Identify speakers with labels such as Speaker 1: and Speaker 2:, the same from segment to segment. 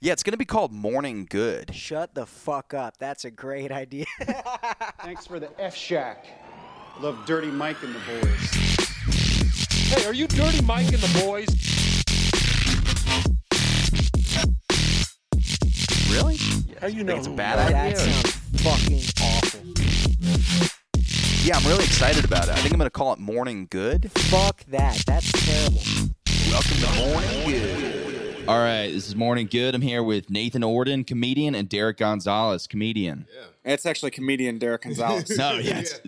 Speaker 1: Yeah, it's going to be called Morning Good.
Speaker 2: Shut the fuck up. That's a great idea.
Speaker 3: Thanks for the F Shack. Love Dirty Mike and the boys.
Speaker 4: Hey, are you Dirty Mike and the boys?
Speaker 1: Really?
Speaker 4: How you know
Speaker 1: it's a
Speaker 4: who
Speaker 1: bad
Speaker 4: you are?
Speaker 1: idea.
Speaker 2: that sounds fucking awful.
Speaker 1: Yeah, I'm really excited about it. I think I'm going to call it Morning Good.
Speaker 2: Fuck that. That's terrible.
Speaker 1: Welcome to Morning Good. All right, this is Morning Good. I'm here with Nathan Orden, comedian, and Derek Gonzalez, comedian.
Speaker 5: It's actually comedian Derek Gonzalez.
Speaker 1: No, yeah. it's-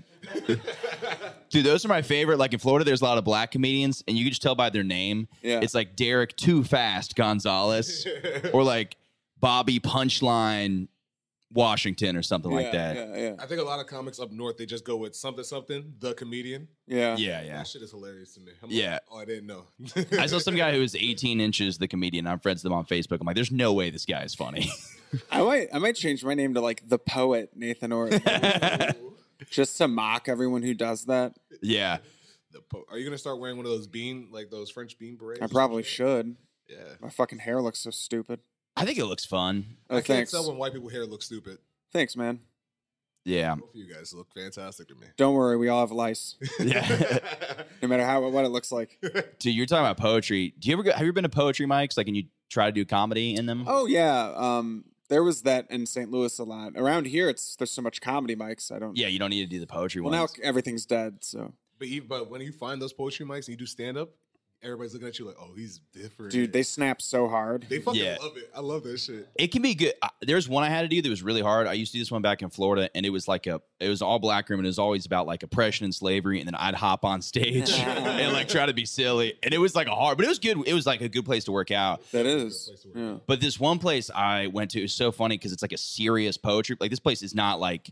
Speaker 1: Dude, those are my favorite. Like in Florida, there's a lot of black comedians, and you can just tell by their name.
Speaker 5: Yeah.
Speaker 1: It's like Derek Too Fast Gonzalez, or like Bobby Punchline Washington, or something like that.
Speaker 5: Yeah, yeah,
Speaker 6: I think a lot of comics up north they just go with something something the comedian.
Speaker 5: yeah.
Speaker 1: Yeah, yeah.
Speaker 6: That shit is hilarious to me. I'm
Speaker 1: Yeah.
Speaker 6: Like, oh, I didn't know.
Speaker 1: I saw some guy who was 18 inches, the comedian. I'm friends with him on Facebook. I'm like, there's no way this guy is funny.
Speaker 5: I might, I might change my name to like the poet Nathan Orton, just to mock everyone who does that.
Speaker 1: yeah.
Speaker 6: The po- Are you gonna start wearing one of those bean like those French bean berets?
Speaker 5: I
Speaker 6: or some
Speaker 5: probably
Speaker 6: shit?
Speaker 5: should.
Speaker 6: Yeah.
Speaker 5: My fucking hair looks so stupid.
Speaker 1: I think it looks fun.
Speaker 5: Oh,
Speaker 6: I can't
Speaker 5: thanks,
Speaker 6: tell when white people hair look stupid.
Speaker 5: thanks, man.
Speaker 1: Yeah.
Speaker 6: Both of you guys look fantastic to me.
Speaker 5: Don't worry, we all have lice,
Speaker 1: Yeah.
Speaker 5: no matter how what it looks like.
Speaker 1: Dude, you're talking about poetry. Do you ever go, have you ever been to poetry mics? Like, and you try to do comedy in them?
Speaker 5: Oh yeah, um, there was that in St. Louis a lot. Around here, it's there's so much comedy mics. I don't.
Speaker 1: Yeah, you don't need to do the poetry
Speaker 5: Well,
Speaker 1: ones.
Speaker 5: now everything's dead, so
Speaker 6: but you, but when you find those poetry mics and you do stand up, everybody's looking at you like, oh, he's different.
Speaker 5: dude, they snap so hard.
Speaker 6: they fucking
Speaker 1: Yeah.
Speaker 6: love it. I love that shit.
Speaker 1: it can be good. Uh, There's one I had to do that was really hard. I used to do this one back in Florida, and it was like a it was all black room, and it was always about like oppression and slavery. And then I'd hop on stage and like try to be silly, and it was like a hard, but it was good. It was like a good place to work out.
Speaker 5: That is, yeah.
Speaker 1: But this one place I went to is so funny because it's like a serious poetry. Like this place is not like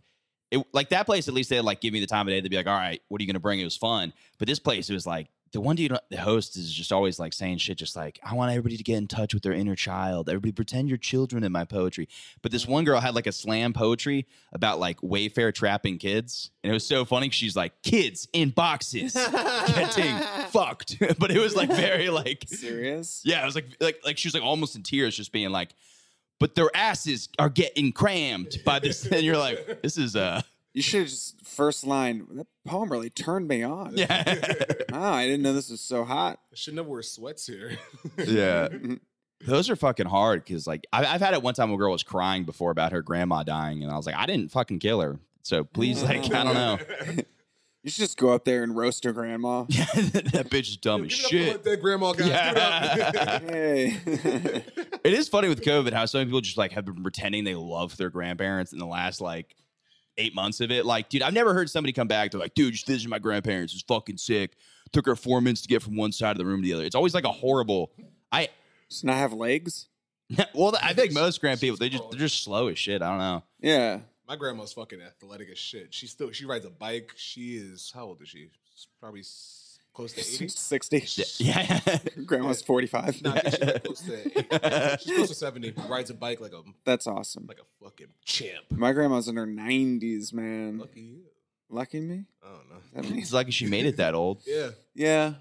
Speaker 1: it like that place. At least they would like give me the time of day. They'd be like, "All right, what are you gonna bring?" It was fun. But this place, it was like the one dude, the host, is just always like saying shit. Just like I want everybody to get in touch with their inner child. Everybody pretend you're children in my poetry. But this one girl had like a slam poetry about like Wayfair trapping kids, and it was so funny. 'cause She's like kids in boxes getting fucked, but it was like very like
Speaker 5: Serious?
Speaker 1: yeah, I was like, like, like she was like almost in tears, just being like, "But their asses are getting crammed by this." And you're like, "This is uh,
Speaker 5: You should have just first line. That poem really turned me on.
Speaker 1: yeah,
Speaker 5: Wow, I didn't know this was so hot.
Speaker 6: I should never wear sweats here.
Speaker 1: yeah." Those are fucking hard because, like, I, I've had it one time. A girl was crying before about her grandma dying, and I was like, "I didn't fucking kill her." So please, like, I don't know.
Speaker 5: You should just go up there and roast your grandma.
Speaker 1: Yeah, that bitch is dumb as
Speaker 6: Give it up
Speaker 1: shit.
Speaker 6: for That grandma guy.
Speaker 1: Yeah.
Speaker 5: hey.
Speaker 1: It is funny with COVID how so many people just like have been pretending they love their grandparents in the last like eight months of it. Like, dude, I've never heard somebody come back. They're like, dude, just visited my grandparents. It's fucking sick. Took her four minutes to get from one side of the room to the other. It's always like a horrible. I
Speaker 5: Does not have legs?
Speaker 1: well, I think most grand people they just they're just slow as shit. I don't know.
Speaker 5: Yeah.
Speaker 6: My grandma's fucking athletic as shit. She still she rides a bike. She is how old is she? She's probably s- close to eighty.
Speaker 5: 60.
Speaker 1: Yeah,
Speaker 5: Grandma's 45.
Speaker 6: Nah, I think she's like close to 80. she's close to seventy. Rides a bike like a
Speaker 5: That's awesome.
Speaker 6: like a fucking champ.
Speaker 5: My grandma's in her 90s, man.
Speaker 6: Lucky you.
Speaker 5: Lucky me?
Speaker 6: I don't know.
Speaker 5: That means-
Speaker 1: it's lucky she made it that old.
Speaker 6: Yeah,
Speaker 5: yeah.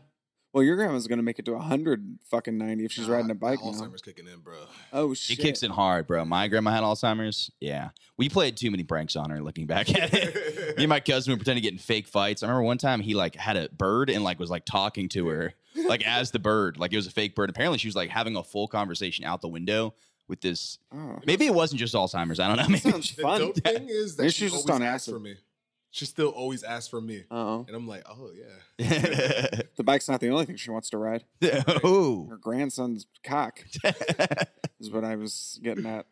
Speaker 5: Well, your grandma's going to make it to 100 fucking 90 if she's riding a bike now.
Speaker 6: Alzheimer's kicking in, bro.
Speaker 5: Oh,
Speaker 1: Ah, She
Speaker 5: shit.
Speaker 1: kicks in hard, bro. My grandma had Alzheimer's. Yeah. We played too many pranks on her looking back at it. Me and my cousin would pretend to get in fake fights. I remember one time he like had a bird and like was like talking to her, like as the bird. Like it was a fake bird. Apparently she was like having a full conversation out the window with this.
Speaker 5: Oh.
Speaker 1: Maybe it wasn't just Alzheimer's. I don't know. Maybe
Speaker 5: Sounds
Speaker 6: The
Speaker 5: fun.
Speaker 6: dope thing is that
Speaker 5: Maybe
Speaker 6: she
Speaker 5: she's just
Speaker 6: always
Speaker 5: on
Speaker 6: asks
Speaker 5: acid.
Speaker 6: for me. She still always asks for me,
Speaker 5: Oh.
Speaker 6: and I'm like, oh yeah.
Speaker 5: The bike's not the only thing she wants to ride.
Speaker 1: oh.
Speaker 5: Her grandson's cock is what I was getting at.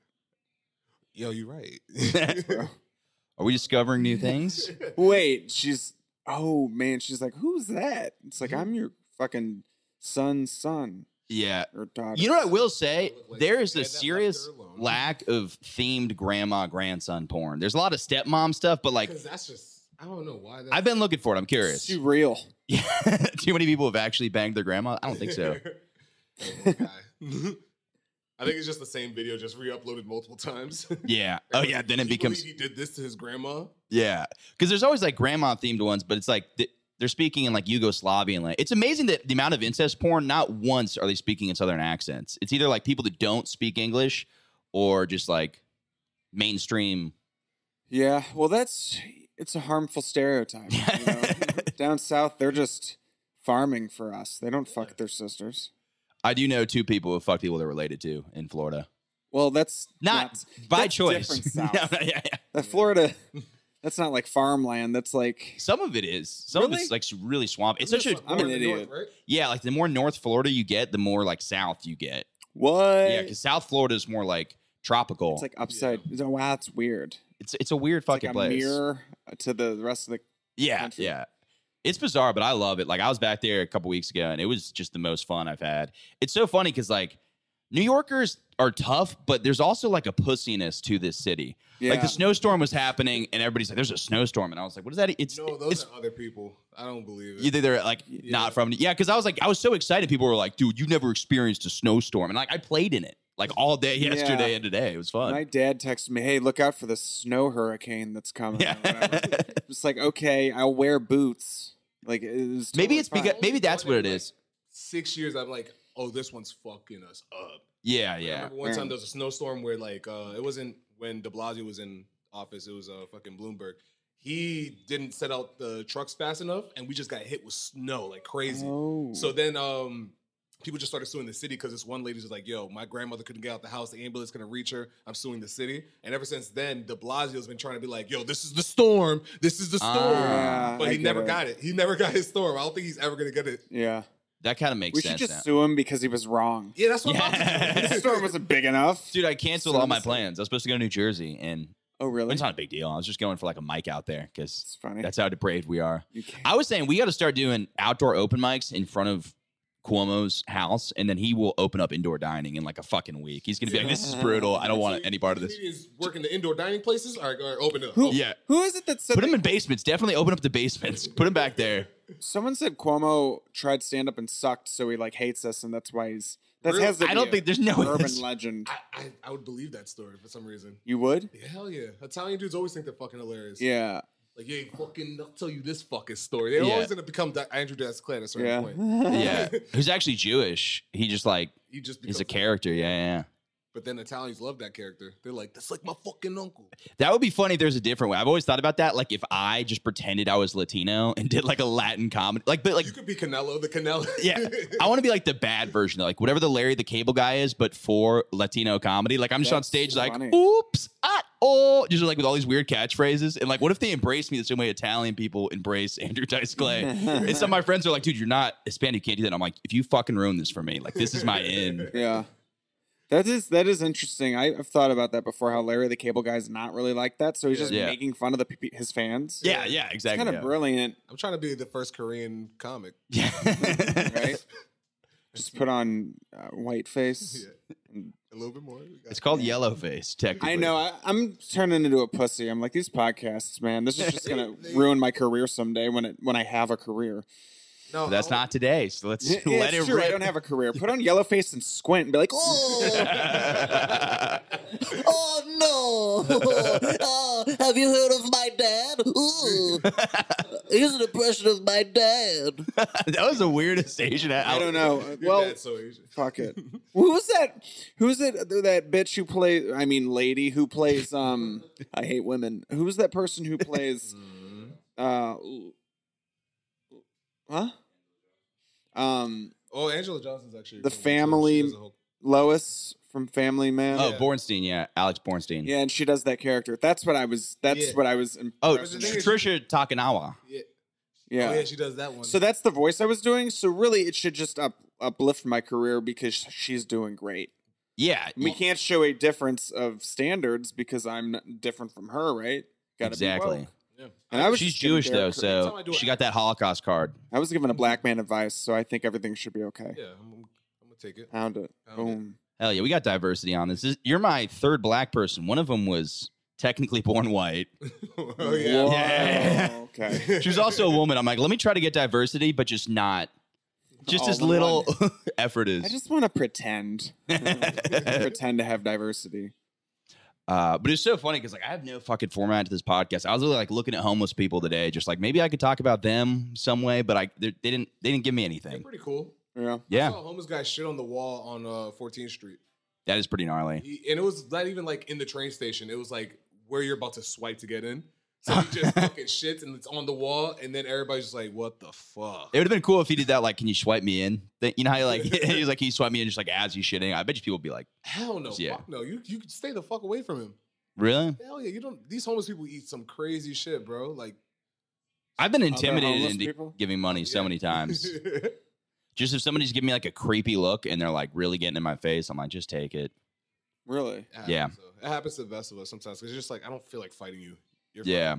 Speaker 6: Yo, you right.
Speaker 1: Are we discovering new things?
Speaker 5: Wait, she's oh man, she's like, who's that? It's like I'm your fucking son's son
Speaker 1: Yeah.
Speaker 5: or daughter.
Speaker 1: You know what I will say?
Speaker 6: Look like
Speaker 1: There
Speaker 6: you
Speaker 1: is a
Speaker 6: had that left
Speaker 1: serious
Speaker 6: her alone.
Speaker 1: lack of themed grandma grandson porn. There's a lot of stepmom stuff, but like
Speaker 6: Because that's just I don't know why. That's,
Speaker 1: I've been looking for it. I'm
Speaker 5: it's
Speaker 1: curious.
Speaker 5: too real.
Speaker 1: Yeah. Too many people have actually banged their grandma. I don't think so.
Speaker 6: guy. I think it's just the same video, just re-uploaded multiple times.
Speaker 1: Yeah. Oh yeah. Then it
Speaker 6: Can you
Speaker 1: becomes
Speaker 6: believe he did this to his grandma.
Speaker 1: yeah. Because there's always like grandma themed ones, but it's like th- they're speaking in like Yugoslavian. Like it's amazing that the amount of incest porn. Not once are they speaking in southern accents. It's either like people that don't speak English or just like mainstream.
Speaker 5: Yeah, well, that's it's a harmful stereotype. you know? Down south, they're just farming for us. They don't fuck their sisters.
Speaker 1: I do know two people who fuck people they're related to in Florida.
Speaker 5: Well, that's
Speaker 1: Not by
Speaker 5: that's
Speaker 1: choice.
Speaker 5: different South.
Speaker 1: No, no, yeah, yeah.
Speaker 5: That Florida, that's not like farmland. That's like
Speaker 1: Some of it is. Some of
Speaker 5: Really?
Speaker 1: it's like really swamp. It's
Speaker 6: Isn't
Speaker 1: such a
Speaker 6: this
Speaker 5: I'm
Speaker 6: more
Speaker 5: an
Speaker 6: in the
Speaker 5: idiot.
Speaker 6: right?
Speaker 1: yeah. Like the more north Florida you get, the more like south you get.
Speaker 5: what?
Speaker 1: Yeah, because South Florida is more like tropical.
Speaker 5: it's like upside. it's- Wow, it's weird.
Speaker 1: it's it's a weird
Speaker 5: It's like
Speaker 1: fucking
Speaker 5: a
Speaker 1: place.
Speaker 5: mirror to the rest of the.
Speaker 1: yeah,
Speaker 5: country.
Speaker 1: yeah. It's bizarre, but I love it. Like I was back there a couple weeks ago, and it was just the most fun I've had. It's so funny because like New Yorkers are tough, but there's also like a pussiness to this city. Like
Speaker 5: Yeah.
Speaker 1: the snowstorm was happening, and everybody's like, "There's a snowstorm," and I was like, "What is that?" It's
Speaker 6: No, those
Speaker 1: it's
Speaker 6: are other people. I don't believe it.
Speaker 1: either they're like not from yeah because i was like i was so excited people were like dude you never experienced a snowstorm and like i played in it like all day
Speaker 5: Yeah.
Speaker 1: yesterday and today it was fun
Speaker 5: My dad texted me, "Hey, look out for the snow hurricane that's coming." Yeah. it's like, okay, I'll wear boots. Like, it was
Speaker 1: maybe
Speaker 5: totally
Speaker 1: it's
Speaker 5: fine.
Speaker 1: because maybe that's what it
Speaker 6: Like,
Speaker 1: is
Speaker 6: Six years, I'm like, oh, this one's fucking us up.
Speaker 1: yeah
Speaker 6: I
Speaker 1: yeah
Speaker 6: remember one
Speaker 5: Yeah.
Speaker 6: time there was a snowstorm where like uh, it wasn't when De Blasio was in office. It was uh, fucking Bloomberg. He didn't set out the trucks fast enough, and we just got hit with snow like crazy.
Speaker 5: Oh.
Speaker 1: Mm-hmm.
Speaker 6: So then um, people just started suing the city because this one lady's just like, "Yo, my grandmother couldn't get out the house. The ambulance couldn't reach her. I'm suing the city." And ever since then, De Blasio's been trying to be like, "Yo, this is the storm. This is the storm."
Speaker 1: Ah,
Speaker 6: but
Speaker 5: I
Speaker 6: he
Speaker 5: get
Speaker 6: never
Speaker 5: it.
Speaker 6: got it. He never got his storm. I don't think he's ever gonna get it.
Speaker 5: yeah.
Speaker 1: that kind of makes
Speaker 5: We should
Speaker 1: sense
Speaker 5: just
Speaker 1: now.
Speaker 5: sue him because he was wrong.
Speaker 6: Yeah, that's what
Speaker 1: Yeah.
Speaker 6: I'm about
Speaker 5: The
Speaker 6: to do.
Speaker 5: storm wasn't big enough.
Speaker 1: dude i canceled
Speaker 5: Sue
Speaker 1: all
Speaker 5: him
Speaker 1: my
Speaker 5: to-
Speaker 1: plans i was supposed to go to new jersey and
Speaker 5: Oh, really?
Speaker 1: it's not a big deal i was just going for like a mic out there
Speaker 5: It's
Speaker 1: because
Speaker 5: funny.
Speaker 1: that's how depraved we are
Speaker 5: You can't-
Speaker 1: i was saying we got to start doing outdoor open mics in front of Cuomo's house, and then he will open up indoor dining in like a fucking week. He's gonna be like, "This is brutal. I don't want any part of this."
Speaker 6: Comedians working the indoor dining places. All right, all right open up.
Speaker 5: Who,
Speaker 6: Open.
Speaker 1: Yeah.
Speaker 5: Who is it that said
Speaker 1: Put him
Speaker 5: that-
Speaker 1: in basements. Definitely open up the basements. Put him back there.
Speaker 5: someone said Cuomo tried stand up and sucked, so he like hates us, and that's why he's that
Speaker 6: Really?
Speaker 5: has to
Speaker 1: I
Speaker 5: be
Speaker 1: don't
Speaker 5: a
Speaker 1: think there's no way
Speaker 5: urban
Speaker 1: that's-
Speaker 5: legend.
Speaker 6: I, I, I would believe that story for some reason.
Speaker 5: You would?
Speaker 6: Yeah, Hell yeah. Italian dudes always think they're fucking hilarious.
Speaker 5: Yeah.
Speaker 6: Like, yeah, fucking, I'll tell you this fucking story. They're
Speaker 1: Yeah.
Speaker 6: always going to become Di- Andrew Das Clay at a certain
Speaker 5: Yeah.
Speaker 6: point.
Speaker 1: Yeah. Who's actually Jewish. He just like
Speaker 6: He just becomes
Speaker 1: is a character. Yeah, yeah.
Speaker 6: But then Italians love that character. They're like, that's like my fucking uncle.
Speaker 1: That would be funny if there's a different way. I've always thought about that. Like if I just pretended I was Latino and did like a Latin comedy. Like but like
Speaker 6: You could be Canelo, the Canelo.
Speaker 1: yeah. I want to be like the bad version, like whatever the Larry the Cable Guy is, but for Latino comedy. Like I'm just on
Speaker 5: That's
Speaker 1: stage, like,
Speaker 5: funny.
Speaker 1: "Oops, ah, oh," just like with all these weird catchphrases. And like, what if they embrace me the same way Italian people embrace Andrew Dice Clay? and some of my friends are like, "Dude, you're not Hispanic, you can't do that." And I'm like, "If you fucking ruin this for me, like this is my end."
Speaker 5: Yeah. That is that is interesting. I, I've thought about that before. How Larry the Cable Guy's not really like that, so he's just
Speaker 1: Yeah.
Speaker 5: making fun of the pe- his fans.
Speaker 1: Yeah, yeah,
Speaker 5: It's
Speaker 1: exactly.
Speaker 5: kind of brilliant,
Speaker 6: I'm trying to be the first Korean comic.
Speaker 1: yeah.
Speaker 5: right? just put on uh, white face.
Speaker 6: Yeah. A little bit more. We got-
Speaker 1: it's called Yellowface, technically.
Speaker 5: I know. I, I'm turning into a pussy. I'm like these podcasts, man. This is just gonna ruin my career someday when it when I have a career.
Speaker 6: No,
Speaker 1: That's
Speaker 6: I don't-
Speaker 1: not today. So let's
Speaker 5: Yeah, yeah,
Speaker 1: let
Speaker 5: it's
Speaker 1: it
Speaker 5: true.
Speaker 1: rip.
Speaker 5: I don't have a career. Put on yellow face and squint and be like, oh,
Speaker 7: Oh no! oh, have you heard of my dad? Ooh. Here's an impression of my dad.
Speaker 1: that was the weirdest Asian.
Speaker 5: I don't know.
Speaker 6: Your
Speaker 5: Well,
Speaker 6: dad's so Asian.
Speaker 5: fuck it. Who was that? Who's that? That bitch who plays? I mean, lady who plays? Um, I hate women. Who's that person who plays? Uh, huh? Um,
Speaker 6: Oh, Angela Johnson's actually.
Speaker 5: The
Speaker 6: from- she
Speaker 5: family-
Speaker 6: does a whole- Oh,
Speaker 5: Lois from Family Man.
Speaker 1: Oh, Bornstein, yeah, Alex Bornstein.
Speaker 5: Yeah, and she does that character. That's what I was. That's
Speaker 6: Yeah.
Speaker 5: what I was. im-
Speaker 1: Oh,
Speaker 6: the thing is-
Speaker 1: Trisha Takanawa.
Speaker 6: Yeah.
Speaker 5: yeah.
Speaker 6: Oh, yeah, she does that one.
Speaker 5: so that's the voice I was doing. So really, it should just up uplift my career because she's doing great.
Speaker 1: Yeah,
Speaker 5: We can't show a difference of standards because I'm n- different from her, right? Gotta be
Speaker 1: exactly.
Speaker 5: woke.
Speaker 6: Yeah.
Speaker 5: And I was
Speaker 1: She's
Speaker 5: just giving
Speaker 1: Jewish though,
Speaker 5: their cre-
Speaker 6: Every time
Speaker 1: so Mm-hmm.
Speaker 6: I do
Speaker 1: she
Speaker 6: it-
Speaker 1: got that Holocaust card.
Speaker 5: I was giving a black man advice, so I think everything should be okay.
Speaker 6: Yeah, I'm, I'm gonna take it.
Speaker 5: Found it.
Speaker 6: Found it.
Speaker 5: Boom.
Speaker 1: Hell yeah, we got diversity on this. This- You're my third black person. One of them was technically born white.
Speaker 6: oh yeah.
Speaker 5: Whoa.
Speaker 1: Yeah.
Speaker 5: okay.
Speaker 1: She was also a woman. I'm like, let me try to get diversity, but just not. Just
Speaker 5: All
Speaker 1: as
Speaker 5: in
Speaker 1: little effort
Speaker 5: I
Speaker 1: is.
Speaker 5: just want to pretend, pretend to have diversity.
Speaker 1: Uh, but it's so funny because like I have no fucking format to this podcast. I was really, like looking at homeless people today, just like maybe I could talk about them some way, but I they they didn't they didn't give me
Speaker 6: They're
Speaker 1: anything.
Speaker 6: pretty cool.
Speaker 5: Yeah.
Speaker 1: Yeah,
Speaker 6: I saw a homeless guy shit on the wall on uh, 14th Street.
Speaker 1: That is pretty gnarly.
Speaker 6: He, and it was not even like in the train station. It was like where you're about to swipe to get in. So he just fucking shits and it's on the wall, and then everybody's just like, "What the fuck?"
Speaker 1: It would have been cool if he did that. Like, can you swipe me in? That- You know how you like he was like, can you swipe me in? Just like as he's shitting. I bet you people would be like,
Speaker 6: Hell no,
Speaker 1: Yeah.
Speaker 6: fuck no. You you could stay the fuck away from him.
Speaker 1: really?
Speaker 6: Hell yeah, you don't. These homeless people eat some crazy shit, bro. Like
Speaker 1: I've been
Speaker 5: homeless
Speaker 1: intimidated into
Speaker 5: people?
Speaker 1: giving money so
Speaker 6: Yeah.
Speaker 1: many times. just if somebody's giving me like a creepy look and they're like really getting in my face, I'm like, just take it.
Speaker 5: Really?
Speaker 6: It happens,
Speaker 1: Yeah.
Speaker 6: though. it happens to the best of us sometimes. Cause it's just like I don't feel like fighting you. You're
Speaker 1: Yeah.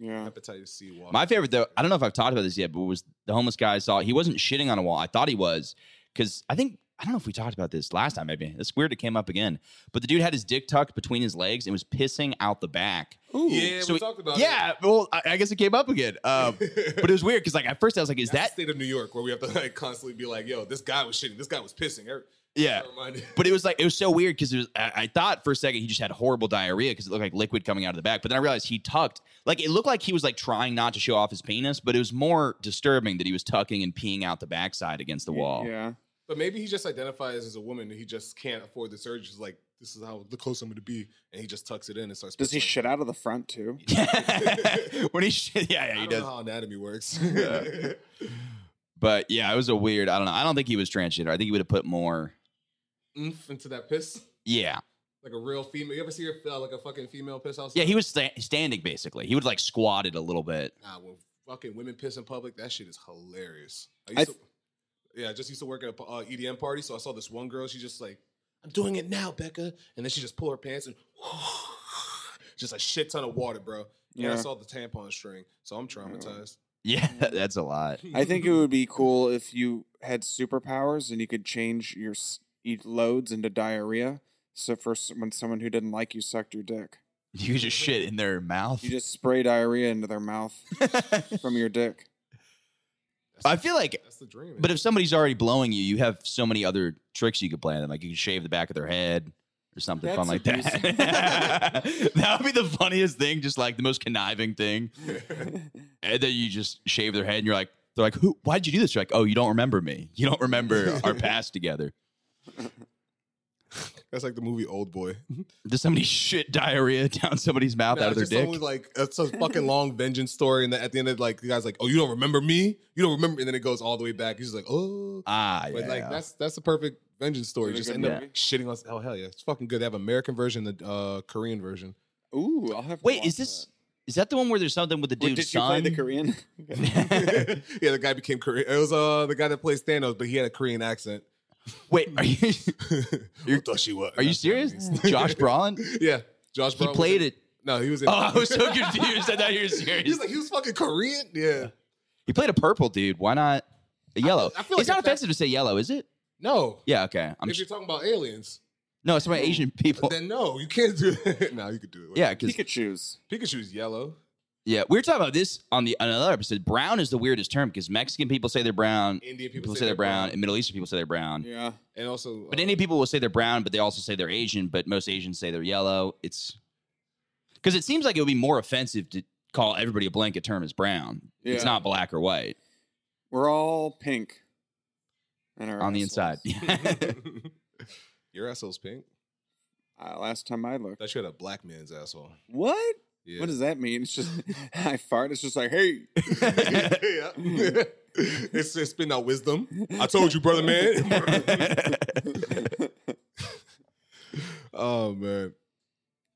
Speaker 5: Yeah.
Speaker 6: fucking hepatitis C. Water.
Speaker 1: My favorite though, I don't know if I've talked about this yet, but was the homeless guy I saw. He wasn't shitting on a wall. I thought he was because I think I don't know if we talked about this last time. Maybe it's weird it came up again. But the dude had his dick tucked between his legs and was pissing out the back.
Speaker 5: Ooh.
Speaker 6: Oh, Yeah,
Speaker 1: So
Speaker 6: we
Speaker 1: he-
Speaker 6: talked about
Speaker 1: yeah,
Speaker 6: it.
Speaker 1: well, I, I guess it came up again. Um, but it was weird because like at first I was like, is
Speaker 6: That's
Speaker 1: that
Speaker 6: the state of New York where we have to like constantly be like, "Yo, this guy was shitting. This guy was pissing." Every-
Speaker 1: yeah?
Speaker 6: Never mind.
Speaker 1: But it was like it was so weird because it was. I, I thought for a second he just had horrible diarrhea because it looked like liquid coming out of the back. But then I realized he tucked. Like it looked like he was like trying not to show off his penis, but it was more disturbing that he was tucking and peeing out the backside against the wall.
Speaker 5: Yeah.
Speaker 6: But maybe he just identifies as a woman and he just can't afford the surgery. He's like, this is how the close I'm going to be. And he just tucks it in and starts.
Speaker 5: Does he
Speaker 6: pissing.
Speaker 5: shit out of the front too?
Speaker 1: when he shit, yeah, yeah,
Speaker 6: I
Speaker 1: he
Speaker 6: don't
Speaker 1: does.
Speaker 6: know how anatomy works.
Speaker 1: But yeah, it was a weird. I don't know. I don't think he was transgender. I think he would have put more.
Speaker 6: Oomph into that piss.
Speaker 1: Yeah,
Speaker 6: Like a real female. You ever see her, uh, like a fucking female piss outside?
Speaker 1: yeah. He was sta- standing basically. He would like squat it a little bit.
Speaker 6: Nah, when fucking women piss in public, that shit is hilarious. I
Speaker 5: I
Speaker 6: used to, yeah, I just used to work at a uh, EDM party, so I saw this one girl. She just like, I'm doing it now, Becca, and then she just pull her pants and just a shit ton of water, bro. Yeah, I
Speaker 5: Yeah.
Speaker 6: saw the tampon string, so I'm traumatized.
Speaker 1: Yeah,
Speaker 6: Mm.
Speaker 1: that's a lot.
Speaker 5: I think it would be cool if you had superpowers and you could change your s- eat loads into diarrhea. So for s- when someone who didn't like you sucked your dick,
Speaker 1: You just shit in their mouth.
Speaker 5: you just spray diarrhea into their mouth from your dick.
Speaker 1: I feel like
Speaker 6: That's the dream.
Speaker 1: But if somebody's already blowing you, you have so many other tricks you could play on them. Like you can shave the back of their head or something fun
Speaker 5: That's
Speaker 1: like that. that would be the funniest thing, just like the most conniving thing. and then you just shave their head and you're like, they're like, who, why'd you do this? You're like, oh, you don't remember me. You don't remember our past together.
Speaker 6: that's like the movie Old Boy.
Speaker 1: Does somebody shit diarrhea down somebody's mouth out of their dick?
Speaker 6: like it's a fucking long vengeance story, and then at the end, of like the guy's like, "Oh, you don't remember me? You don't remember?" And then it goes all the way back. He's just like, "Oh,
Speaker 1: ah,
Speaker 6: But
Speaker 1: yeah.
Speaker 6: like that's that's the perfect vengeance story.
Speaker 5: Is it a
Speaker 6: Just
Speaker 5: good
Speaker 6: end up
Speaker 5: movie?
Speaker 6: shitting on. Oh hell yeah, it's fucking good. They have American version, the uh, Korean version.
Speaker 5: Ooh, I'll have. To
Speaker 1: Wait,
Speaker 5: watch
Speaker 1: is this. Is that the one where there's something with the
Speaker 5: that. uh, Wait,
Speaker 1: dude's
Speaker 5: did you play
Speaker 1: son?
Speaker 5: the Korean?
Speaker 6: yeah, the guy became Korean. It was uh the guy that plays Thanos, but he had a Korean accent.
Speaker 1: Wait, are you
Speaker 6: you thought she was?
Speaker 1: are you serious? Josh Brolin?
Speaker 6: Yeah, Josh.
Speaker 1: He
Speaker 6: Brolin was
Speaker 1: played
Speaker 6: in-
Speaker 1: it.
Speaker 6: No, he was in.
Speaker 1: Oh, I was so confused. I thought you were serious.
Speaker 6: He's like he was fucking Korean. Yeah.
Speaker 1: He played a purple dude. Why not a yellow?
Speaker 6: I feel like
Speaker 1: it's not
Speaker 6: if that-
Speaker 1: offensive to say yellow, is it?
Speaker 6: No.
Speaker 1: Yeah, okay. I'm
Speaker 6: if you're talking about aliens,
Speaker 1: no, it's my Asian people.
Speaker 6: then no, you can't do that. no, you could do it.
Speaker 1: yeah, because
Speaker 5: Pikachu's.
Speaker 6: Pikachu's yellow.
Speaker 1: yeah, we were talking about this on the on another episode. Brown is the weirdest term because Mexican people say they're brown,
Speaker 6: Indian people,
Speaker 1: people, say they're brown, and Middle Eastern people say they're brown.
Speaker 5: Yeah.
Speaker 6: and also.
Speaker 1: But
Speaker 6: uh,
Speaker 1: Indian people will say they're brown, but they also say they're Asian. But most Asians say they're yellow. It's because it seems like it would be more offensive to call everybody a blanket term as brown. It's
Speaker 5: Yeah.
Speaker 1: not black or white
Speaker 5: We're all pink. And our
Speaker 1: on the inside.
Speaker 5: assholes.
Speaker 6: uh, your asshole's pink.
Speaker 5: Uh, last time I looked.
Speaker 6: That you had a black man's asshole.
Speaker 5: What?
Speaker 6: Yeah.
Speaker 5: What does that mean? It's just I fart. It's just like hey.
Speaker 6: yeah. it's it's been our wisdom. I told you, brother man. oh man.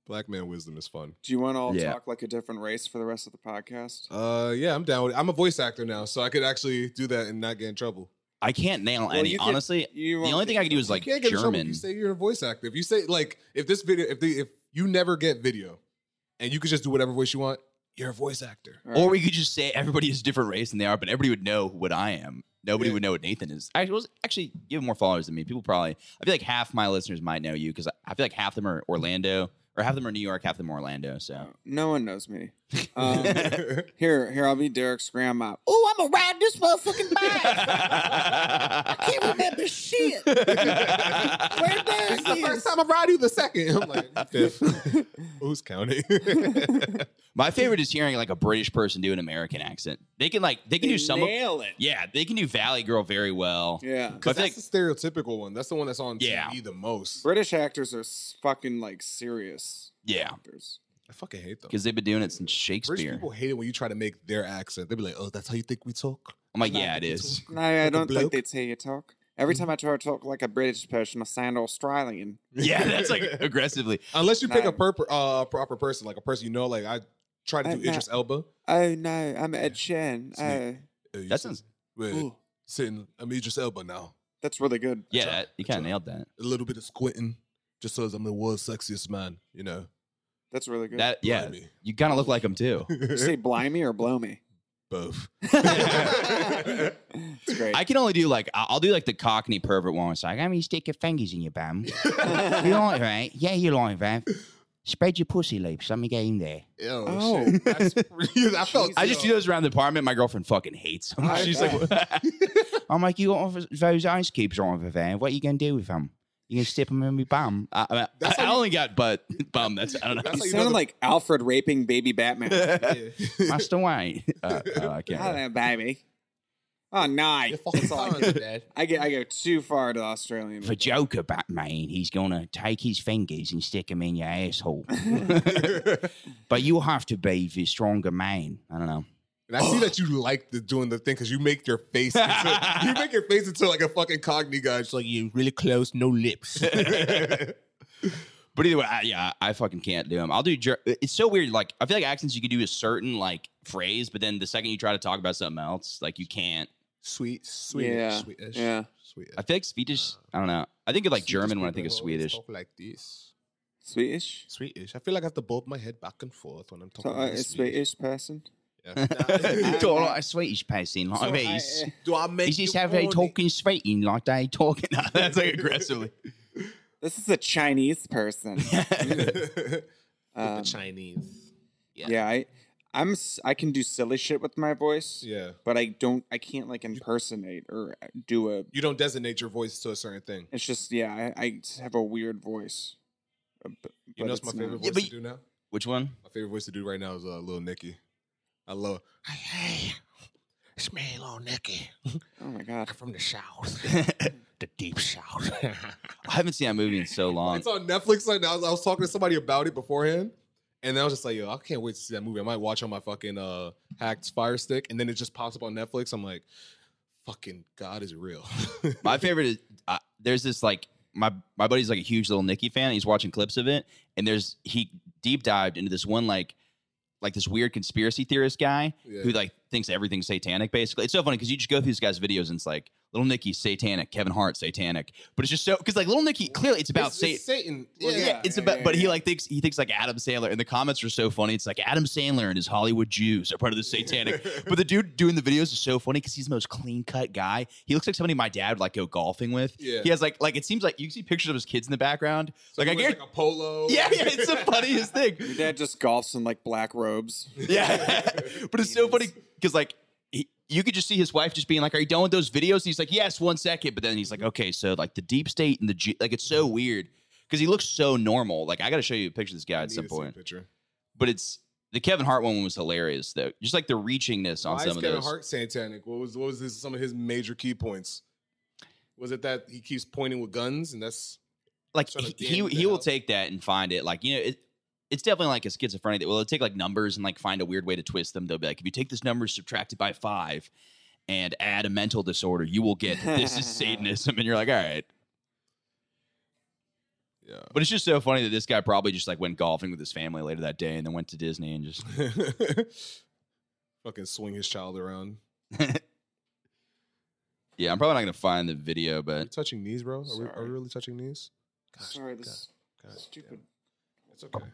Speaker 6: Black man wisdom is fun.
Speaker 5: Do you want to all
Speaker 1: Yeah.
Speaker 5: talk like a different race for the rest of the podcast?
Speaker 6: Uh yeah, I'm down with it. I'm a voice actor now, so I could actually do that and not get in trouble.
Speaker 1: I can't nail
Speaker 5: Well,
Speaker 1: any.
Speaker 5: you could-
Speaker 1: Honestly,
Speaker 5: you
Speaker 1: the
Speaker 5: won't
Speaker 1: only
Speaker 5: get-
Speaker 1: thing I can do is
Speaker 6: You
Speaker 1: like
Speaker 6: can't get in trouble if
Speaker 1: German.
Speaker 6: you say you're a voice actor. If you say like if this video if the if you never get video and you could just do whatever voice you want, you're a voice actor.
Speaker 1: Or we could just say everybody is a different race than they are, but everybody would know what I am. Nobody
Speaker 6: Yeah.
Speaker 1: would know what Nathan is. Actually, well, actually, you have more followers than me. People probably. I feel like half my listeners might know you because I, I feel like half them are Orlando, or half them are New York, half them are Orlando. So
Speaker 5: No one knows me. Um, here, here, I'll be Derek's grandma.
Speaker 7: Ooh, I'm gonna ride this motherfucking bike.
Speaker 1: I
Speaker 7: Can't remember shit. Where
Speaker 6: This is the
Speaker 7: Derek
Speaker 6: first
Speaker 7: is?
Speaker 6: time I ride you the second. I'm like, fifth. Who's counting?
Speaker 1: My favorite is hearing like a British person do an American accent. They can like they can do some. Of,
Speaker 5: nail it.
Speaker 1: yeah, they can do Valley Girl very well.
Speaker 5: Yeah.
Speaker 1: But I
Speaker 6: Because that's
Speaker 1: think-
Speaker 6: the stereotypical one. That's the one that's on
Speaker 1: Yeah.
Speaker 6: TV the most.
Speaker 5: British actors are s- fucking like serious
Speaker 1: Yeah,
Speaker 5: actors.
Speaker 6: I fucking hate them.
Speaker 1: because they've been doing it since
Speaker 6: British
Speaker 1: Shakespeare.
Speaker 6: people hate it when you try to make their accent. They be like, "Oh, that's how you think we talk."
Speaker 1: I'm like, Mm-hmm. yeah, it is.
Speaker 5: No, I don't think
Speaker 6: bloke.
Speaker 5: that's how you talk. Every time I try to talk like a British person, I sound Australian.
Speaker 1: Yeah, that's like aggressively.
Speaker 6: Unless you pick
Speaker 5: Nah.
Speaker 6: a proper, uh, proper person, like a person you know. Like I try to
Speaker 5: Uh,
Speaker 6: do Idris Elba.
Speaker 5: Oh no, I'm Ed Sheeran.
Speaker 6: Sneak.
Speaker 5: Oh,
Speaker 6: Uh, you
Speaker 1: That
Speaker 6: sit-
Speaker 1: sounds-
Speaker 6: wait,
Speaker 5: Ooh.
Speaker 6: sitting. I'm Idris Elba now.
Speaker 5: that's really good.
Speaker 1: Yeah,
Speaker 6: tried.
Speaker 1: that- you
Speaker 6: I
Speaker 1: kind of
Speaker 6: tried.
Speaker 1: nailed that.
Speaker 6: A little bit of squinting, just so as I'm the world's sexiest man. You know.
Speaker 5: That's really good.
Speaker 1: That yeah,
Speaker 6: Blimey.
Speaker 1: you kind of look like him too.
Speaker 5: you say blimey or blow me?
Speaker 6: Both.
Speaker 5: it's great.
Speaker 1: I can only do like I- I'll do like the Cockney pervert one. It's like, I mean, stick your fingers in your bum. you like that? Yeah, you like that. Spread your pussy lips. Let me get in there.
Speaker 6: Yo,
Speaker 5: Oh.
Speaker 6: shit. That's, I felt.
Speaker 1: I just do those around the apartment. My girlfriend fucking hates them.
Speaker 5: I
Speaker 1: She's
Speaker 5: bet.
Speaker 1: like, I'm like, you got those ice cubes on over there. What you gonna do with them? You gonna stick them in my bum? I, I,
Speaker 6: That's
Speaker 1: I
Speaker 6: how you-
Speaker 1: only got butt bum. That's I don't know.
Speaker 5: you
Speaker 6: That's how you know
Speaker 5: sound
Speaker 6: the-
Speaker 5: like Alfred raping baby Batman.
Speaker 1: That's the way. Uh, uh, I can't.
Speaker 5: Hello, baby. Oh, nice. That's all I, get. I get. I go too far to Australian.
Speaker 1: For Joker Batman, he's gonna take his fingers and stick them in your asshole. but you have to be the stronger man. I don't know.
Speaker 6: And I see that you like the, doing the thing because you make your face. Into, you make your face into like a fucking cogni guy. It's like you really close, no lips.
Speaker 1: But either way, I, yeah, I fucking can't do them. I'll do. Ger- it's so weird. Like I feel like accents you can do a certain like phrase, but then the second you try to talk about something else, like you can't.
Speaker 6: sweet, sweet,
Speaker 5: Yeah,
Speaker 6: sweetish,
Speaker 5: yeah.
Speaker 6: sweetish.
Speaker 1: I feel like Swedish. I don't know. I think of like
Speaker 6: Swedish
Speaker 1: German when I
Speaker 6: people
Speaker 1: think of
Speaker 6: always
Speaker 1: Swedish.
Speaker 6: Talk like this,
Speaker 5: Swedish.
Speaker 6: Swedish. I feel like I have to bob my head back and forth when I'm
Speaker 5: So,
Speaker 6: talking.
Speaker 5: uh,
Speaker 6: like
Speaker 5: a
Speaker 6: this
Speaker 5: Swedish person.
Speaker 6: Yeah.
Speaker 1: Talk like uh, a Swedish person, like
Speaker 5: So
Speaker 1: this.
Speaker 5: I- uh,
Speaker 6: Do I make
Speaker 1: Is this
Speaker 6: you
Speaker 1: how they
Speaker 6: horny?
Speaker 1: talking Sweden? Like they talking? That's like aggressively.
Speaker 5: This is a Chinese person.
Speaker 6: the
Speaker 5: Um,
Speaker 6: Chinese.
Speaker 1: Yeah.
Speaker 5: yeah, I, I'm. s- I can do silly shit with my voice,
Speaker 6: Yeah,
Speaker 5: but I don't. I can't like impersonate or uh, do a.
Speaker 6: you don't designate your voice to a certain thing.
Speaker 5: It's just yeah. I, I just have a weird voice. Uh, But,
Speaker 6: You
Speaker 5: but
Speaker 6: know, it's my
Speaker 5: it's
Speaker 6: favorite
Speaker 5: not-
Speaker 1: Yeah,
Speaker 6: voice
Speaker 1: but
Speaker 6: to do now.
Speaker 1: Which one?
Speaker 6: My favorite voice to do right now is uh, Little Nicky. I love. Hey, hey, it's me, Little Nicky.
Speaker 5: Oh my god.
Speaker 6: from the south, the deep south.
Speaker 1: I haven't seen that movie in so long.
Speaker 6: it's on Netflix right now. I was, I was talking to somebody about it beforehand, and I was just like, "Yo, I can't wait to see that movie. I might watch on my fucking uh, hacked Fire Stick." And then it just pops up on Netflix. I'm like, "Fucking God is real."
Speaker 1: My favorite is uh, there's this like my my buddy's like a huge little Nicky fan. He's watching clips of it, and there's he deep dived into this one like like this weird conspiracy theorist guy
Speaker 6: Yeah.
Speaker 1: who like thinks everything's satanic. Basically, it's so funny because you just go through this guy's videos and it's like little Nicky satanic, Kevin Hart satanic, but it's just so because like little Nicky clearly it's about
Speaker 6: It's-
Speaker 1: Satan.
Speaker 6: it's Satan.
Speaker 5: Well,
Speaker 1: Yeah,
Speaker 5: yeah,
Speaker 1: it's
Speaker 5: yeah,
Speaker 1: about,
Speaker 5: yeah,
Speaker 1: but he
Speaker 5: yeah.
Speaker 1: like thinks he thinks like Adam Sandler, and the comments are so funny. It's like Adam Sandler and his Hollywood Jews are part of the satanic. but the dude doing the videos is so funny because he's the most clean cut guy. He looks like somebody my dad would like go golfing with.
Speaker 6: Yeah.
Speaker 1: he has like like it seems like you see pictures of his kids in the background. like I
Speaker 6: He wears,
Speaker 1: guarantee-
Speaker 6: like a
Speaker 5: Oh,
Speaker 6: polo.
Speaker 1: yeah, yeah, it's the funniest thing.
Speaker 5: Your dad just golfs in like black robes.
Speaker 1: Yeah, but it's so funny because like. he- You could just see his wife just being like, "Are you done with those videos?" And he's like, "Yes, one second. But then he's like, "Okay, so like the deep state and the G- like, it's so weird because he looks so normal. Like, I got to show you a picture of this guy
Speaker 6: I
Speaker 1: at
Speaker 6: need
Speaker 1: some
Speaker 6: to see a
Speaker 1: point.
Speaker 6: Picture.
Speaker 1: but it's the Kevin Hart one was hilarious though. Just like the reachingness on
Speaker 6: Why is
Speaker 1: some of
Speaker 6: Kevin
Speaker 1: those.
Speaker 6: Hart satanic? What was what was his, some of his major key points? Was it that he keeps pointing with guns, and that's
Speaker 1: like
Speaker 6: sort of
Speaker 1: he he,
Speaker 6: damned
Speaker 1: he will
Speaker 6: out.
Speaker 1: take that and find it. Like you know, it, it's definitely like a schizophrenia. That will take like numbers and like find a weird way to twist them. They'll be like, if you take this number, subtract it by five, and add a mental disorder, you will get that this is Satanism. And you're like, all right.
Speaker 6: yeah.
Speaker 1: But it's just so funny that this guy probably just like went golfing with his family later that day and then went to Disney and just
Speaker 6: fucking swing his child around.
Speaker 1: yeah. I'm probably not gonna find the video,
Speaker 6: Are we
Speaker 1: but
Speaker 6: touching knees, bro? Are we, are we
Speaker 5: Sorry.
Speaker 6: really touching knees?
Speaker 5: Sorry, this
Speaker 6: God damn.
Speaker 5: stupid.
Speaker 6: It's okay.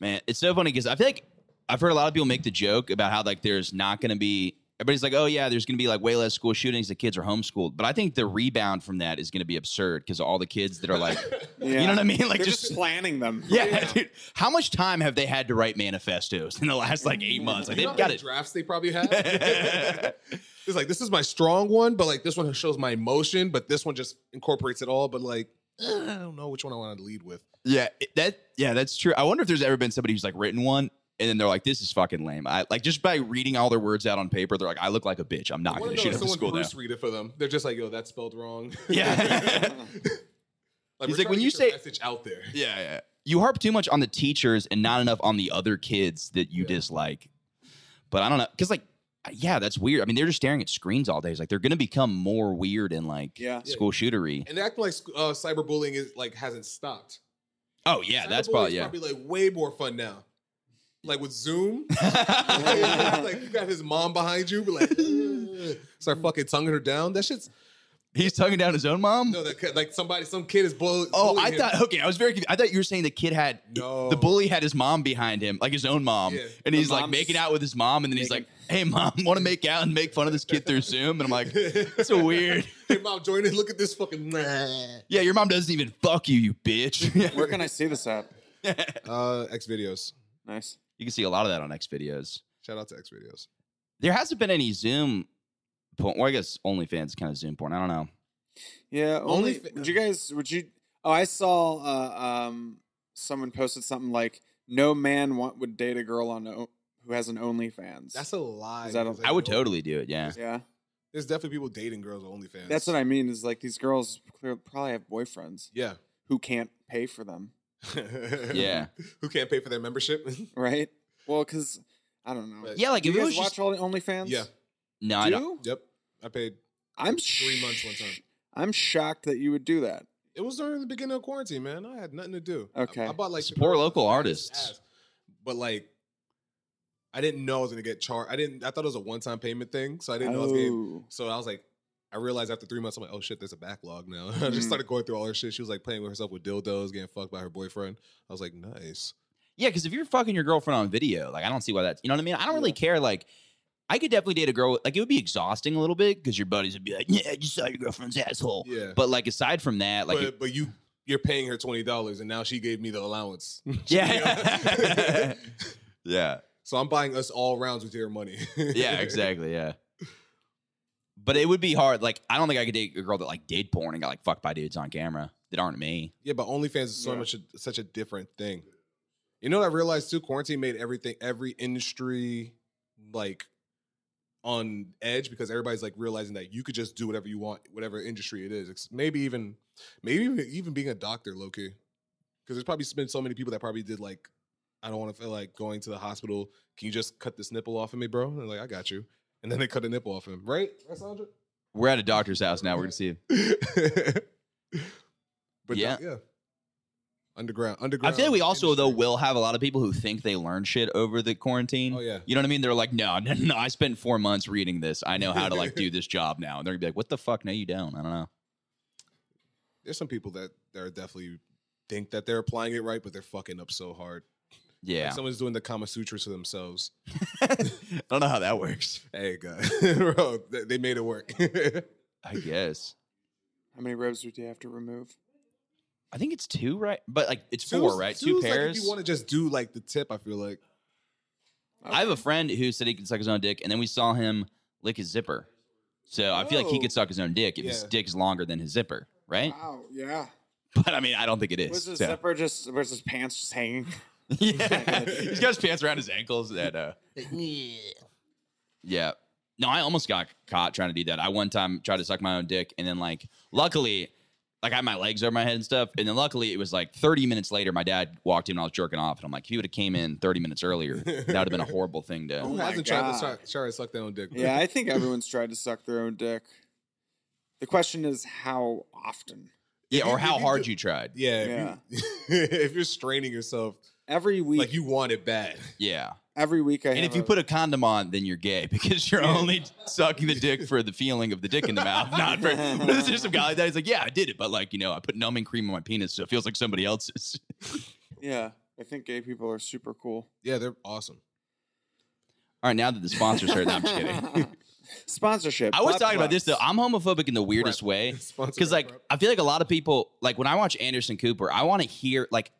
Speaker 1: Man, it's so funny because I feel like I've heard a lot of people make the joke about how like there's not going to be everybody's like, oh yeah, there's going to be like way less school shootings. The kids are homeschooled, but I think the rebound from that is going to be absurd because all the kids that are like,
Speaker 5: Yeah.
Speaker 1: you know what I mean, like
Speaker 5: They're
Speaker 1: just.
Speaker 5: just planning them.
Speaker 1: yeah, dude. How much time have they had to write manifestos in the last like eight months? Like
Speaker 6: You know
Speaker 1: they've
Speaker 6: how
Speaker 1: got
Speaker 6: many
Speaker 1: it.
Speaker 6: drafts they probably have. it's like this is my strong one, but like this one shows my emotion, but this one just incorporates it all. But like, eh, I don't know which one I want to lead with.
Speaker 1: Yeah, it- that yeah, that's true. I wonder if there's ever been somebody who's like written one and then they're like, "This is fucking lame." I like just by reading all their words out on paper, they're like, "I look like a bitch. I'm not
Speaker 6: Well,
Speaker 1: going
Speaker 6: no,
Speaker 1: to shoot
Speaker 6: if
Speaker 1: up the
Speaker 6: someone
Speaker 1: school now."
Speaker 6: proofread it for them. They're just like, yo, that's spelled wrong.
Speaker 1: Yeah.
Speaker 6: like,
Speaker 1: He's
Speaker 6: we're
Speaker 1: like,
Speaker 6: trying
Speaker 1: when
Speaker 6: to
Speaker 1: you
Speaker 6: get your
Speaker 1: say-
Speaker 6: message out there,
Speaker 1: Yeah, yeah. You harp too much on the teachers and not enough on the other kids that you dislike. But I don't know, because like, yeah, that's weird. I mean, they're just staring at screens all day. It's like they're gonna become more weird and like
Speaker 5: Yeah.
Speaker 1: school shootery.
Speaker 6: and they act like uh, cyberbullying is like hasn't stopped.
Speaker 1: Oh yeah, that's
Speaker 6: Cyberbullying's
Speaker 1: probably yeah.
Speaker 6: probably like way more fun now. Like with Zoom, like you got his mom behind you, but like start fucking tonguing her down. That shit's
Speaker 1: He's tonguing down his own mom.
Speaker 6: no, that kid- like somebody, some kid is bullying.
Speaker 1: Oh, I
Speaker 6: bullying him.
Speaker 1: thought okay. I was very. Confused. I thought you were saying the kid had
Speaker 6: No.
Speaker 1: the bully had his mom behind him, like his own mom,
Speaker 6: Yeah.
Speaker 1: and he's like
Speaker 5: mom's
Speaker 1: making out with his mom, and then he's like, "Hey, mom, want to make out and make fun of this kid through Zoom?" And I'm like, "That's so weird."
Speaker 6: Hey, mom, join in. Look at this fucking.
Speaker 1: Yeah, your mom doesn't even fuck you, you bitch.
Speaker 5: Where can I see this at?
Speaker 6: Uh, X videos.
Speaker 5: Nice.
Speaker 1: you can see a lot of that on X videos.
Speaker 6: Shout out to X videos.
Speaker 1: There hasn't been any Zoom porn. Well, I guess OnlyFans kind of Zoom porn. I don't know.
Speaker 5: Yeah.
Speaker 6: Only
Speaker 5: Only.
Speaker 6: fa-
Speaker 5: Would you guys? Would you? Oh, I saw. Uh, um, someone posted something like, "No man want, would date a girl on o- who has an OnlyFans."
Speaker 6: That's a lie.
Speaker 5: Is that a-
Speaker 6: because, like,
Speaker 1: I would
Speaker 6: no-
Speaker 1: totally do it. Yeah.
Speaker 5: yeah.
Speaker 6: There's definitely people dating girls on OnlyFans.
Speaker 5: That's what I mean. Is like these girls clear, probably have boyfriends
Speaker 6: Yeah.
Speaker 5: who can't pay for them,
Speaker 1: Yeah.
Speaker 6: Who can't pay for their membership?
Speaker 5: right? Well, because I don't know.
Speaker 6: Right.
Speaker 1: Yeah, like
Speaker 5: Do
Speaker 1: if
Speaker 5: you
Speaker 1: it
Speaker 5: guys
Speaker 1: was
Speaker 5: watch
Speaker 1: just
Speaker 5: all the OnlyFans?
Speaker 6: yeah.
Speaker 1: no, I
Speaker 5: Do
Speaker 1: don't.
Speaker 5: you?
Speaker 6: Yep. I paid.
Speaker 5: I'm
Speaker 6: Three months one time.
Speaker 5: sh- I'm shocked that you would do that.
Speaker 6: It was during the beginning of quarantine, man. I had nothing to do.
Speaker 5: Okay.
Speaker 6: I, I bought like
Speaker 1: Support
Speaker 6: Chipotle
Speaker 1: local
Speaker 6: ass,
Speaker 1: artists.
Speaker 6: ass. But like, I didn't know I was gonna get charged. I didn't. I thought it was a one-time payment thing, so I didn't know I was getting
Speaker 5: Oh.
Speaker 6: So I was like, I realized after three months, I'm like, oh shit, there's a backlog now. I
Speaker 5: Mhm.
Speaker 1: Mm.
Speaker 6: just started going through all her shit. She was like playing with herself with dildos, getting fucked by her boyfriend. I was like, nice.
Speaker 1: Yeah, because if you're fucking your girlfriend on video, like I don't see why that's you know what I mean. I don't really care. Like I could definitely date a girl. Like it would be exhausting a little bit because your buddies would be like, "Yeah, you saw your girlfriend's asshole."
Speaker 6: Yeah.
Speaker 1: But like aside from that, like
Speaker 6: but, but you you're paying her twenty dollars, and now she gave me the allowance.
Speaker 1: yeah, yeah,
Speaker 6: so I'm buying us all rounds with your money.
Speaker 1: yeah, exactly, yeah. But it would be hard. Like I don't think I could date a girl that like did porn and got like fucked by dudes on camera that aren't me.
Speaker 6: Yeah, but OnlyFans is so
Speaker 5: Yeah.
Speaker 6: much a, such a different thing. You know what I realized too? Quarantine made everything, every industry, like on edge because everybody's like realizing that you could just do whatever you want, whatever industry it is. Ex- Maybe even, maybe even- even being a doctor, Loki, because there's probably been so many people that probably did like, I don't want to feel like going to the hospital. Can you just cut this nipple off of me, bro? And they're like, I got you. And then they cut a nipple off him, right? Right, Sandra?
Speaker 1: We're at a doctor's house now. We're gonna see. If-
Speaker 6: but
Speaker 1: Yeah.
Speaker 6: yeah. yeah. Underground,
Speaker 1: I
Speaker 6: underground.
Speaker 1: feel like we also though
Speaker 6: industry.
Speaker 1: will have a lot of people who think they learn shit over the quarantine.
Speaker 6: Oh yeah.
Speaker 1: You know what I mean? They're like, no, no, no. I spent four months reading this. I know how to like do this job now. And they're gonna be like, what the fuck? No, you don't. I don't know.
Speaker 6: There's some people that that are definitely think that they're applying it right, but they're fucking up so hard. Like,
Speaker 1: Yeah,
Speaker 6: someone's doing the Kama Sutras to themselves.
Speaker 1: I don't know how that works.
Speaker 6: Hey, God, bro, they, they made it work.
Speaker 1: I guess.
Speaker 5: How many ribs would you have to remove?
Speaker 1: I think it's two, right? But like it's four,
Speaker 6: Two's-
Speaker 1: right?
Speaker 6: two's
Speaker 1: Two
Speaker 6: like if
Speaker 1: pairs.
Speaker 6: you want to just do like the tip, I feel like.
Speaker 1: I have a friend who said he could suck his own dick, and then we saw him lick his zipper. So I feel like he could
Speaker 5: Oh.
Speaker 1: suck his own dick if his
Speaker 6: Yeah. Ah.
Speaker 1: dick's longer than his zipper, right?
Speaker 5: Wow. Yeah.
Speaker 1: But I mean, I don't think it is.
Speaker 5: Was his
Speaker 1: so-
Speaker 5: zipper just? Was his pants just hanging?
Speaker 1: yeah. He's got his pants around his ankles and uh Yeah. No, I almost got caught trying to do that. I one time tried to suck my own dick and then like luckily like I had my legs over my head and stuff. And then luckily it was like 30 minutes later, my dad walked in and I was jerking off. And I'm like, if he would have came in 30 minutes earlier, that would have been a horrible thing
Speaker 5: Oh
Speaker 6: Who
Speaker 1: to
Speaker 5: my
Speaker 6: hasn't tried to
Speaker 5: God.
Speaker 6: try, try to suck their own dick? bro?
Speaker 5: Yeah, I think everyone's tried to suck their own dick. The question is how often.
Speaker 1: Yeah, or
Speaker 6: you- if
Speaker 1: how
Speaker 6: you
Speaker 1: hard
Speaker 6: do-
Speaker 1: you tried.
Speaker 6: yeah. If, You, if you're straining yourself,
Speaker 5: Every week,
Speaker 6: like you want it bad.
Speaker 1: Yeah.
Speaker 5: every week I
Speaker 1: And
Speaker 5: have
Speaker 1: if you
Speaker 5: a-
Speaker 1: put a condom on, then you're gay because you're only sucking the dick for the feeling of the dick in the mouth, not for. There's just some guy like that. He's like, yeah, I did it, but like, you know, I put numbing cream on my penis, so it feels like somebody else's.
Speaker 5: yeah, I think gay people are super cool.
Speaker 6: Yeah, they're awesome.
Speaker 1: All right, now that the sponsors heard, no, I'm just kidding.
Speaker 5: Sponsorship.
Speaker 1: I was
Speaker 5: butt
Speaker 1: talking about this though.
Speaker 5: plugs.
Speaker 1: I'm homophobic in the weirdest
Speaker 6: Prep.
Speaker 1: way
Speaker 6: Sponsor
Speaker 1: because, like,
Speaker 6: prep.
Speaker 1: I feel like a lot of people, like, when I watch Anderson Cooper, I want to hear like.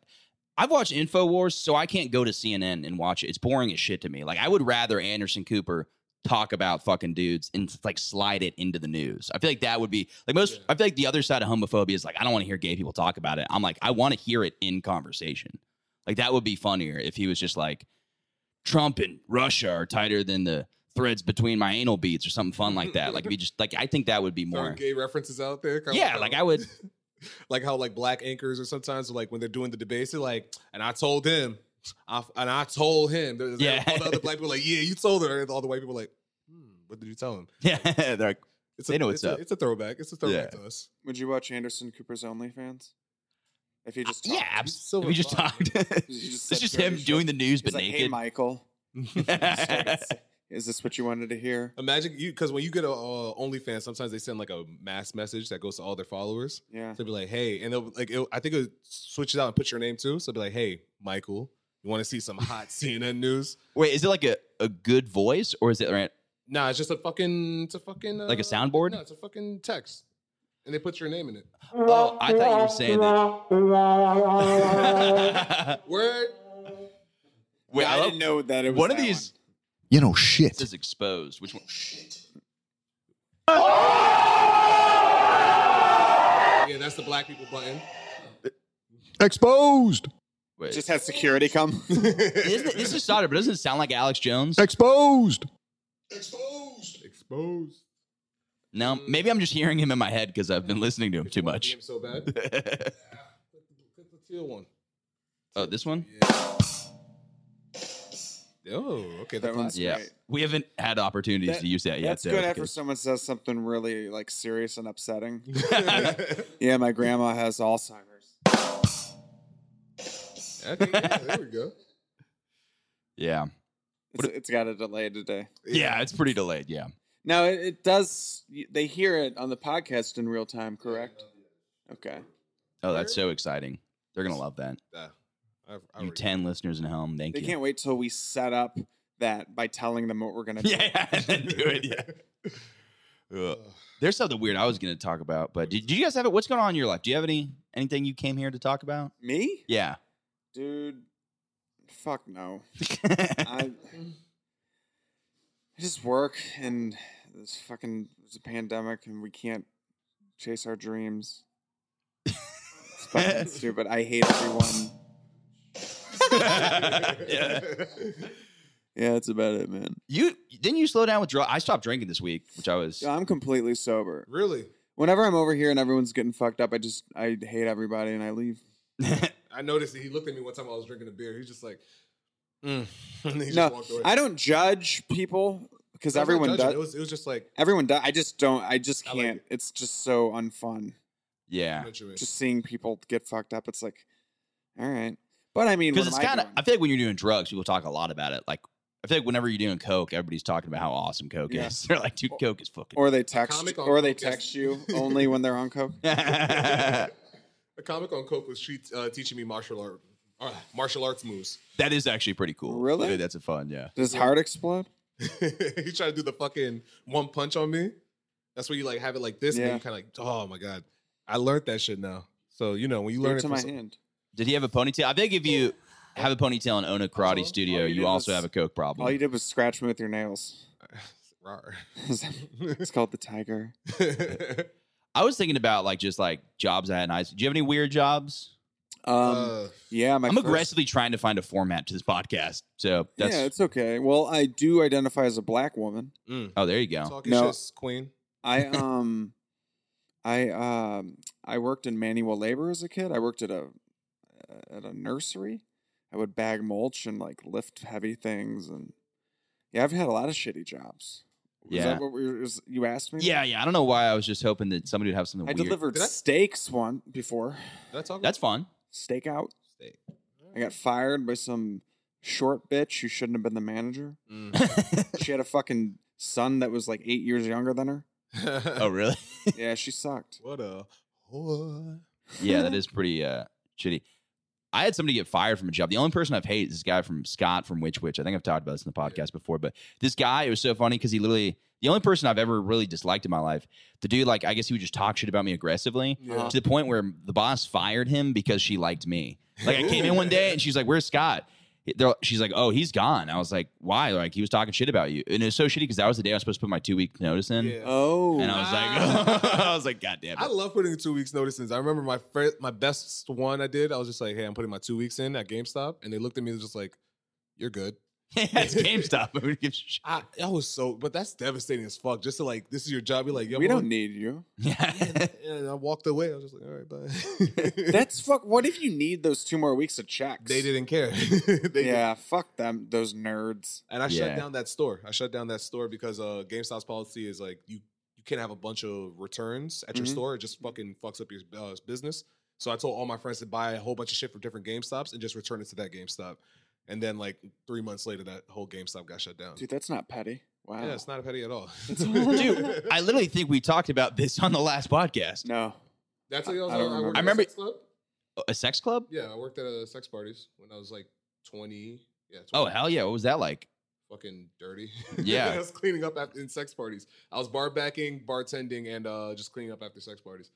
Speaker 1: I've watched Infowars, so I can't go to CNN and watch it. It's boring as shit to me. Like, I would rather Anderson Cooper talk about fucking dudes and like slide it into the news. I feel like that would be like most. I feel like the other side of homophobia is like I don't want to hear gay people talk about it. I'm like I want to hear it in conversation. Like that would be funnier if he was just like, Trump and Russia are tighter than the threads between my anal beads or something fun like that. Like if you just like I think that would be
Speaker 6: Throwing
Speaker 1: more.
Speaker 6: gay references out there. kinda
Speaker 1: Yeah,
Speaker 6: how-
Speaker 1: like I would.
Speaker 6: like how like black anchors are sometimes like when they're doing the debates, they're like, and I told him, I, and I told him. There's-
Speaker 1: Yeah.
Speaker 6: all the other black people are like, yeah, you told her. And all the white people are like, hmm, what did you tell him?
Speaker 1: Yeah, they're like,
Speaker 6: It's
Speaker 1: They know what's
Speaker 6: it's a-
Speaker 1: up.
Speaker 6: it's a throwback. It's a throwback
Speaker 1: Yeah.
Speaker 6: to us.
Speaker 5: Would you watch Anderson Cooper's OnlyFans? If you just
Speaker 1: Uh, yeah,
Speaker 5: talked?
Speaker 1: abs-
Speaker 6: so
Speaker 1: if we just
Speaker 6: refined.
Speaker 1: talked.
Speaker 5: just
Speaker 1: it's
Speaker 5: said
Speaker 1: just
Speaker 5: dirty
Speaker 1: him
Speaker 5: shit.
Speaker 1: doing the news, but
Speaker 5: He's like, hey,
Speaker 1: naked.
Speaker 5: Michael, is this what you wanted to hear?
Speaker 6: Imagine you because when you get a uh, OnlyFans, sometimes they send like a mass message that goes to all their followers.
Speaker 5: Yeah.
Speaker 6: So They'll be like, hey, and they'll like, it'll, I think it switches out and put your name too. So it'll be like, hey, Michael, you want to see some hot CNN news?
Speaker 1: Wait, is it like a, a good voice or is it right?
Speaker 6: Nah, it's just a fucking, it's a fucking uh,
Speaker 1: Like a soundboard?
Speaker 6: No, it's a fucking text, and they put your name in it.
Speaker 1: Oh, I thought you were saying that.
Speaker 6: Word.
Speaker 1: Wait,
Speaker 5: I,
Speaker 1: I love,
Speaker 5: didn't know that it was
Speaker 1: one of
Speaker 5: that
Speaker 1: these
Speaker 8: You know, shit.
Speaker 1: is exposed. Which one?
Speaker 6: Yeah, that's the black people button.
Speaker 8: Exposed.
Speaker 1: Wait,
Speaker 5: Just had security come.
Speaker 1: Isn't it- this is solder, but doesn't it sound like Alex Jones?
Speaker 8: Exposed.
Speaker 6: Exposed. Exposed.
Speaker 1: No, maybe I'm just hearing him in my head because I've been listening to him too much.
Speaker 6: Damn, so bad. Click the teal one.
Speaker 1: oh, this one?
Speaker 6: Oh, okay, that
Speaker 5: That
Speaker 6: one's.
Speaker 5: one's-
Speaker 1: Yeah.
Speaker 5: Right.
Speaker 1: We haven't had opportunities
Speaker 5: That-
Speaker 1: to use that yet.
Speaker 5: That's
Speaker 1: so
Speaker 5: good
Speaker 1: it's
Speaker 5: after someone says something really like serious and upsetting.
Speaker 6: okay,
Speaker 5: yeah, my grandma has Alzheimer's.
Speaker 6: yeah, there we go.
Speaker 1: Yeah.
Speaker 5: It's, it's got a delay today.
Speaker 1: Yeah, it's pretty delayed. Yeah.
Speaker 5: Now it, it does. They hear it on the podcast in real time, correct? Okay.
Speaker 1: Oh, that's so exciting. They're going to love that.
Speaker 6: Nah, I've- I
Speaker 1: You
Speaker 6: already-
Speaker 1: 10 listeners in home. Thank
Speaker 5: They
Speaker 1: you.
Speaker 5: can't wait till we set up that by telling them what we're gonna do.
Speaker 1: yeah, and then do it. Yeah. Ugh. There's something weird I was going to talk about, but did, did you guys have it? What's going on in your life? Do you have any anything you came here to talk about?
Speaker 5: Me,
Speaker 1: Yeah.
Speaker 5: dude. Fuck no. I, I just work and this fucking there's a pandemic and we can't chase our dreams. It's fucking stupid. I hate everyone. Yeah, that's about it, man.
Speaker 1: You didn't you slow down with drugs? I stopped drinking this week, which I was.
Speaker 5: Yeah, I'm completely sober.
Speaker 6: Really?
Speaker 5: Whenever I'm over here and everyone's getting fucked up, I just I hate everybody and I leave.
Speaker 6: I noticed that he looked at me one time I was drinking a beer. He's just like, mm. and he just
Speaker 5: no,
Speaker 6: walked away.
Speaker 5: I don't judge people because
Speaker 6: I was not
Speaker 5: everyone
Speaker 6: judging.
Speaker 5: does.
Speaker 6: It was, it was just like,
Speaker 5: everyone does. I just don't. I just
Speaker 6: I like
Speaker 5: can't. it's just so unfun.
Speaker 1: Yeah.
Speaker 6: what you mean.
Speaker 5: Just seeing people get fucked up. It's like, all right. But I mean,
Speaker 1: Because
Speaker 5: because
Speaker 1: it's kind of. I feel like when you're doing drugs, people talk a lot about it. Like I feel like whenever you're doing coke, everybody's talking about how awesome coke
Speaker 5: Yeah.
Speaker 1: is. They're like, dude, coke is fucking.
Speaker 5: or they text
Speaker 6: comic on
Speaker 5: or they
Speaker 6: coke is-
Speaker 5: text you only when they're on coke.
Speaker 1: that
Speaker 6: a comic on Coke was she, uh, teaching me martial art, uh, martial arts moves.
Speaker 1: is actually pretty cool.
Speaker 5: Really?
Speaker 1: Yeah, that's a fun. Yeah.
Speaker 5: Does his heart explode?
Speaker 6: he tried to do the fucking one punch on me. That's where you like have it like this, and
Speaker 5: Yeah.
Speaker 6: then you kind of like, oh my god, I learned that shit now. So you know when you
Speaker 5: Learn
Speaker 6: learn it
Speaker 5: to
Speaker 6: from
Speaker 5: my
Speaker 6: some-
Speaker 5: hand.
Speaker 1: Did he have a ponytail? I think if you have a ponytail and own a
Speaker 6: all-
Speaker 1: karate
Speaker 6: all
Speaker 1: studio,
Speaker 5: you
Speaker 1: you
Speaker 5: did
Speaker 1: also
Speaker 5: was-
Speaker 1: have a coke problem.
Speaker 5: All you did was scratch me with your nails.
Speaker 6: Rar.
Speaker 5: it's called the tiger.
Speaker 1: I was thinking about like just like jobs I had in high school. Do you have any weird jobs?
Speaker 5: Um,
Speaker 6: Uh,
Speaker 5: yeah, my
Speaker 1: I'm
Speaker 5: first-
Speaker 1: aggressively trying to find a format to this podcast. So that's
Speaker 5: Yeah, it's okay. Well, I do identify as a black woman.
Speaker 6: mm.
Speaker 1: oh, there you go.
Speaker 6: Talking
Speaker 5: Um, No.
Speaker 6: shits, queen.
Speaker 5: I um, I um, I worked in manual labor as a kid. I worked at a at a nursery. I would bag mulch and like lift heavy things, and yeah, I've had a lot of shitty jobs. Is
Speaker 1: Yeah.
Speaker 5: that what we were, is, you asked me?
Speaker 1: Yeah, yeah. I don't know why I was just hoping that somebody would have something
Speaker 5: I
Speaker 1: weird.
Speaker 5: delivered
Speaker 6: Did I-
Speaker 5: steaks one before
Speaker 6: Did I talk
Speaker 1: That's fun.
Speaker 5: stakeout.
Speaker 6: Steak.
Speaker 5: I got fired by some short bitch who shouldn't have been the manager.
Speaker 6: Mm.
Speaker 5: she had a fucking son that was like eight years younger than her.
Speaker 1: Oh, really?
Speaker 5: Yeah, she sucked.
Speaker 6: what a whore.
Speaker 1: yeah, that is pretty uh, shitty. I had somebody get fired from a job. The only person I've hated is this guy from Scott from Witch Witch. I think I've talked about this in the podcast before, but this guy, it was so funny because he literally, the only person I've ever really disliked in my life, the dude, like, I guess he would just talk shit about me aggressively
Speaker 6: Yeah.
Speaker 1: to the point where the boss fired him because she liked me. Like, I came in one day and she's like, Where's Scott? They're- She's like, oh, he's gone. I was like, why? Like, he was talking shit about you. And it's so shitty because that was the day I was supposed to put my two week notice in.
Speaker 6: Yeah.
Speaker 5: Oh,
Speaker 1: And I was like, I was like, God damn it.
Speaker 6: I love putting two weeks notice in. I remember my first, my best one I did. I was just like, "Hey, I'm putting my two weeks in at GameStop," and they looked at me and was just like, "You're good."
Speaker 1: That's GameStop. Who gives a shit?
Speaker 6: I, I was so, but that's devastating as fuck. Just to like, this is your job. You're like, yo,
Speaker 5: we
Speaker 6: I'm
Speaker 5: don't need you.
Speaker 1: Yeah.
Speaker 6: gonna- And I walked away. I was just like, all right, bye.
Speaker 5: That's fuck. What if you need those two more weeks of checks?
Speaker 6: they didn't care. they
Speaker 5: yeah, fuck them. Those nerds.
Speaker 6: And I
Speaker 1: Yeah.
Speaker 6: shut down that store. I shut down that store because uh, GameStop's policy is like you you can't have a bunch of returns at your
Speaker 5: Mhm.
Speaker 6: store. It just fucking fucks up your uh, business. So I told all my friends to buy a whole bunch of shit from different GameStops and just return it to that GameStop. And then like three months later, that whole GameStop got shut down.
Speaker 5: Dude, that's not petty. Wow.
Speaker 6: Yeah, it's not a petty at all.
Speaker 1: Dude, I literally think we talked about this on the last podcast.
Speaker 5: no.
Speaker 6: That's what I, was
Speaker 5: I don't
Speaker 6: on. I,
Speaker 1: remember.
Speaker 6: worked
Speaker 1: I
Speaker 6: at a
Speaker 1: remember-
Speaker 6: sex club.
Speaker 1: A sex club?
Speaker 6: Yeah, I worked at a sex parties when I was like twenty. Yeah. 20.
Speaker 1: Oh hell yeah! What was that like?
Speaker 6: fucking dirty.
Speaker 1: Yeah.
Speaker 6: I was cleaning up after, in sex parties. I was bar backing, bartending, and uh, just cleaning up after sex parties.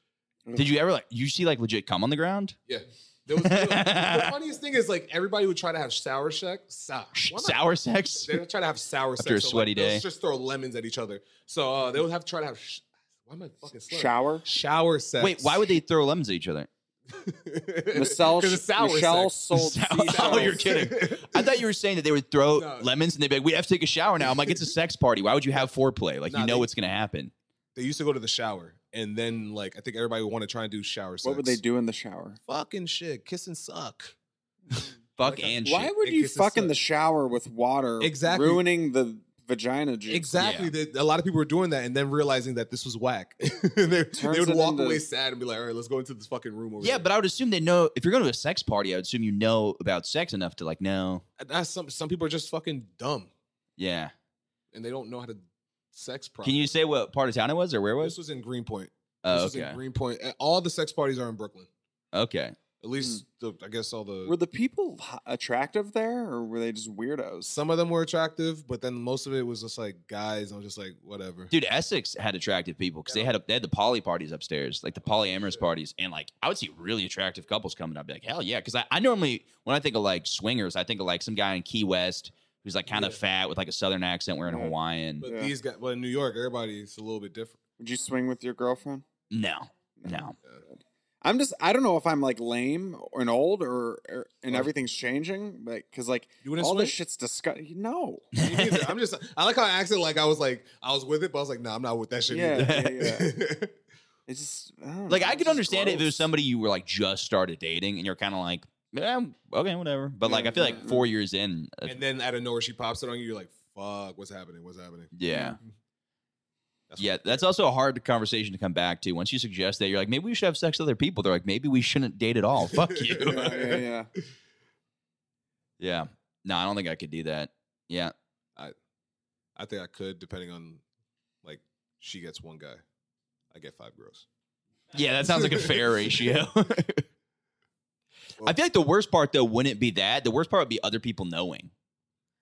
Speaker 6: Mm.
Speaker 1: Did you ever like you see like legit cum on the ground?
Speaker 6: Yeah. There was, the funniest thing is like everybody would try to have sour sex. Sour.
Speaker 1: Sour sex?
Speaker 6: They would try to have sour sex.
Speaker 1: After a
Speaker 6: so, like,
Speaker 1: sweaty
Speaker 6: they'll
Speaker 1: day.
Speaker 6: Just throw lemons at each other. So uh, they would have to try to have. Sh- why am I fucking slurring?
Speaker 5: Shower.
Speaker 6: Shower sex.
Speaker 1: Wait, why would they throw lemons at each other?
Speaker 5: Michelle,
Speaker 6: Because it's sour
Speaker 5: Michelle
Speaker 6: sex.
Speaker 5: sold seashells.
Speaker 1: oh, you're kidding. I thought you were saying that they would throw
Speaker 6: No.
Speaker 1: lemons and they'd be like, "We have to take a shower now." I'm like, "It's a sex party. Why would you have foreplay? Like,
Speaker 6: Nah,
Speaker 1: you know
Speaker 6: they-
Speaker 1: what's gonna happen."
Speaker 6: They used to go to the shower, and then like I think everybody would want to try and do shower sex.
Speaker 5: What would they do in the shower?
Speaker 6: Fucking shit, kiss and suck.
Speaker 1: Fuck
Speaker 6: Like,
Speaker 1: and
Speaker 5: Why
Speaker 1: shit.
Speaker 5: would
Speaker 6: It
Speaker 5: you
Speaker 6: kisses
Speaker 5: fuck in
Speaker 6: suck.
Speaker 5: the shower with water,
Speaker 6: Exactly.
Speaker 5: ruining the vagina juice?
Speaker 6: Exactly. That a lot of people were doing that and then realizing that this was whack. they, they would
Speaker 5: it
Speaker 6: walk
Speaker 5: into-
Speaker 6: away sad and be like, all right, let's go into this fucking room over
Speaker 1: Yeah, but I would assume they know if you're going to a sex party. I would assume you know about sex enough to like know.
Speaker 6: but that's some some people are just fucking dumb
Speaker 1: Yeah.
Speaker 6: and they don't know how to sex properly.
Speaker 1: Can you say what part of town it was or where it
Speaker 6: this
Speaker 1: was?
Speaker 6: was in Greenpoint.
Speaker 1: Oh,
Speaker 6: This was
Speaker 1: okay.
Speaker 6: in Greenpoint. And All the sex parties are in Brooklyn.
Speaker 1: Okay.
Speaker 6: At least the, I guess all the
Speaker 5: Hmm. Were the people h- attractive there, or were they just weirdos?
Speaker 6: some of them were attractive, but then most of it was just like guys. I was just like, whatever.
Speaker 1: Dude, Essex had attractive people because they had a, they had the poly parties upstairs, like the polyamorous parties, and like I would see really attractive couples coming up. Be like, hell yeah! Because I, I normally when I think of like swingers, I think of like some guy in Key West who's like kind of fat with like a southern accent, wearing a
Speaker 5: Yeah.
Speaker 1: Hawaiian.
Speaker 6: But
Speaker 5: Yeah.
Speaker 6: these guys, but in New York, everybody's a little bit different.
Speaker 5: Would you swing with your girlfriend?
Speaker 1: No, no.
Speaker 5: I'm just I don't know if I'm like lame or and old or, or and
Speaker 6: Or-
Speaker 5: everything's changing, like because like
Speaker 6: You wouldn't
Speaker 5: all
Speaker 6: swing?
Speaker 5: this shit's disgusting. No,
Speaker 6: Me neither. I'm just. I like how I acted like I was like I was with it, but I was like, no, nah, I'm not with that shit.
Speaker 5: yeah, yeah,
Speaker 6: either."
Speaker 5: yeah. It's just I don't
Speaker 1: Like
Speaker 5: know,
Speaker 1: I
Speaker 5: it's
Speaker 1: could
Speaker 5: just
Speaker 1: understand it if it was
Speaker 5: gross.
Speaker 1: somebody you were like just started dating and you're kind of like, yeah, okay, whatever. But like I feel like four years in, uh,
Speaker 6: and then out of nowhere, she pops it on you. You're like, fuck, what's happening? What's happening?
Speaker 1: yeah.
Speaker 6: Mm-hmm. That's
Speaker 1: Yeah, that's also a hard conversation to come back to. Once you suggest that, you're like, maybe we should have sex with other people. They're like, maybe we shouldn't date at all. Fuck you.
Speaker 5: Yeah, yeah, yeah.
Speaker 1: yeah. No, I don't think I could do that. Yeah.
Speaker 6: I think I could, depending on like she gets one guy, I get five girls.
Speaker 1: Yeah, that sounds like a fair ratio. I feel like the worst part, though, wouldn't be that. The worst part would be other people knowing.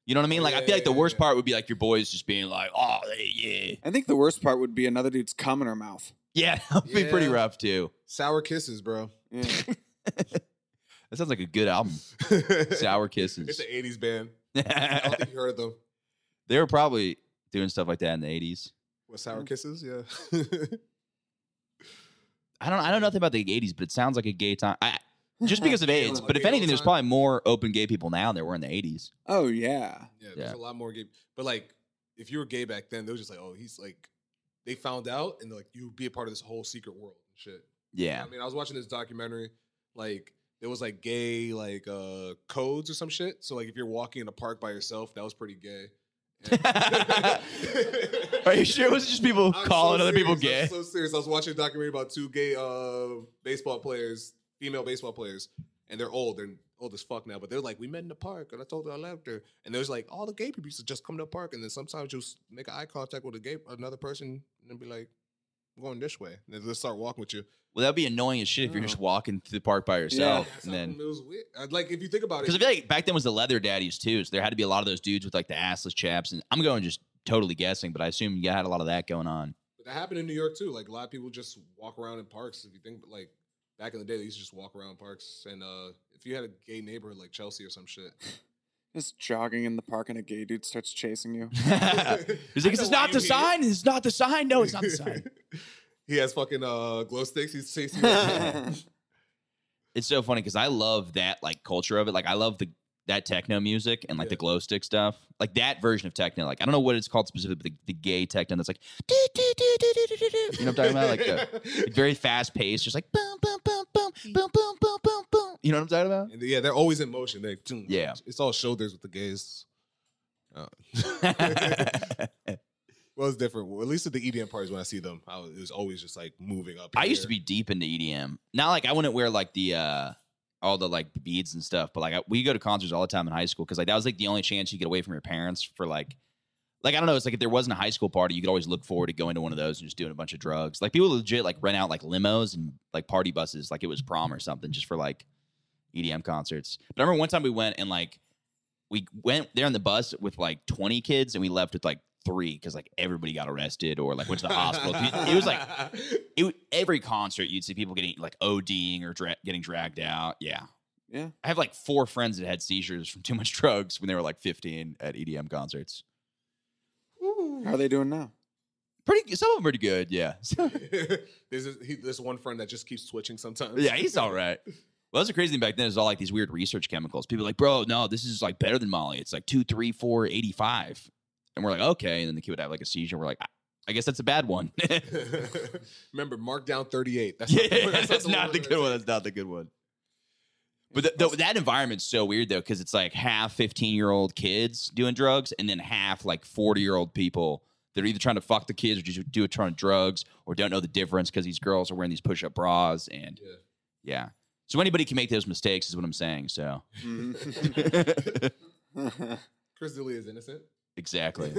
Speaker 1: You know what I mean? Like, I
Speaker 6: Yeah,
Speaker 1: feel like the
Speaker 6: Oh, yeah,
Speaker 1: worst
Speaker 6: yeah.
Speaker 1: part would be like your boys just being like, oh, hey, yeah.
Speaker 5: I think the worst part would be another dude's cum in her mouth.
Speaker 1: Yeah, that would be pretty
Speaker 6: Yeah.
Speaker 1: rough, too.
Speaker 6: Sour kisses, bro.
Speaker 5: Yeah.
Speaker 1: That sounds like a good album. Sour
Speaker 6: It's
Speaker 1: Kisses.
Speaker 6: an '80s band. I don't think you heard of them.
Speaker 1: they were probably doing stuff like that in the 80s.
Speaker 6: What sour
Speaker 5: Mm.
Speaker 6: kisses? Yeah.
Speaker 1: I don't I know nothing about the eighties, but it sounds like a gay time. I just because of AIDS,
Speaker 6: like
Speaker 1: but
Speaker 6: a
Speaker 1: if
Speaker 6: gay
Speaker 1: anything, there's
Speaker 6: time.
Speaker 1: probably more open gay people now than there were in the eighties.
Speaker 5: oh yeah.
Speaker 6: Yeah, there's
Speaker 1: Yeah.
Speaker 6: a lot more gay. But like, if you were gay back then, they were just like, oh, he's like, they found out, and they're like, you'd be a part of this whole secret world and shit.
Speaker 1: Yeah.
Speaker 6: I mean, I was watching this documentary, like there was like gay like uh codes or some shit. So like if you're walking in a park by yourself, that was pretty gay.
Speaker 1: Are you sure it was just people
Speaker 6: I'm so
Speaker 1: calling other people
Speaker 6: serious,
Speaker 1: gay?
Speaker 6: I'm so serious. I was watching a documentary about two gay uh baseball players, female baseball players, and they're old. They're old as fuck now, but they're like, we met in the park, and I told her I loved her. And there's like all the gay people used to just come to the park, and then sometimes just make eye contact with a gay another person, and be like, I'm going this way, and they just start walking with you.
Speaker 1: Well, that'd be annoying as shit if you're
Speaker 6: Uh-huh.
Speaker 1: just walking through the park by yourself,
Speaker 6: That's
Speaker 1: and
Speaker 6: how
Speaker 1: then
Speaker 6: it was weird. Uh, Like if you think about it,
Speaker 1: because I feel like back then was the leather daddies too, so there had to be a lot of those dudes with like the assless chaps, and I'm going just totally guessing, but I assume you had a lot of that going on.
Speaker 6: that happened in New York too. Like a lot of people just walk around in parks. If you think like back in the day, they used to just walk around parks. And uh if you had a gay neighborhood like Chelsea or some shit,
Speaker 5: Just jogging in the park and a gay dude starts chasing you.
Speaker 1: He's
Speaker 6: I
Speaker 1: like, "This
Speaker 6: know
Speaker 1: is
Speaker 6: why
Speaker 1: not the
Speaker 6: you hate it."
Speaker 1: sign. This is not the sign. No, it's not the sign."
Speaker 6: he has fucking uh glow sticks. He's chasing. you.
Speaker 1: it's so funny because I love that like culture of it. Like I love the that techno music and like the
Speaker 6: Yeah.
Speaker 1: glow stick stuff, like that version of techno. Like I don't know what it's called specifically, but the, the gay techno that's like, "Do, do, do, do, do, do, do, do." you know what I'm talking about? Like uh, the very fast pace, just like boom, boom, boom, boom, boom, boom, boom, boom, boom. You know what I'm talking about?
Speaker 6: And yeah, they're always in motion. They like,
Speaker 1: Yeah.
Speaker 6: it's all shoulders with the gays. Uh, well, it's different. Well, at least at the EDM parties when I see them, I was, it was always just like moving up.
Speaker 1: I used to
Speaker 6: here.
Speaker 1: be deep into EDM. Not like I wouldn't wear like the uh all the like beads and stuff, but like I, we go to concerts all the time in high school because like that was like the only chance you get away from your parents for like like I don't know. It's like if there wasn't a high school party, you could always look forward to going to one of those and just doing a bunch of drugs. Like people legit like rent out like limos and like party buses, like it was prom or something, just for like EDM concerts. But I remember one time we went and like we went there on the bus with like 20 kids and we left with like three because like everybody got arrested or like went to the hospital. It was like it would, every concert you'd see people getting like ODing or dra- getting dragged out. Yeah.
Speaker 5: Yeah.
Speaker 1: I have like four friends that had seizures from too much drugs when they were like 15 at EDM concerts.
Speaker 5: How are they doing now?
Speaker 1: Pretty some of them are pretty good, yeah.
Speaker 6: there's this, he, this one friend that just keeps switching sometimes.
Speaker 1: yeah, he's all right. Well, that's the crazy thing back then is all like these weird research chemicals. People are like, bro, no, this is like better than Molly. It's like two, three, four, 85. And we're like, okay. And then the kid would have like a seizure. We're like, I, I guess that's a bad one. yeah,
Speaker 6: Remember, mark down 38. That's not, the-
Speaker 1: that's, not the
Speaker 6: we're
Speaker 1: good
Speaker 6: gonna
Speaker 1: one. That's not the good one. But th- th- that environment's so weird though, because it's like half 15 year old kids doing drugs, and then half like 40 year old people that are either trying to fuck the kids or just do a ton of drugs or don't know the difference because these girls are wearing these push up bras and yeah.
Speaker 6: Yeah.
Speaker 1: So anybody can make those mistakes, is what I'm saying. So
Speaker 5: Mhm.
Speaker 6: take. Chris D'Elia is innocent.
Speaker 1: exactly.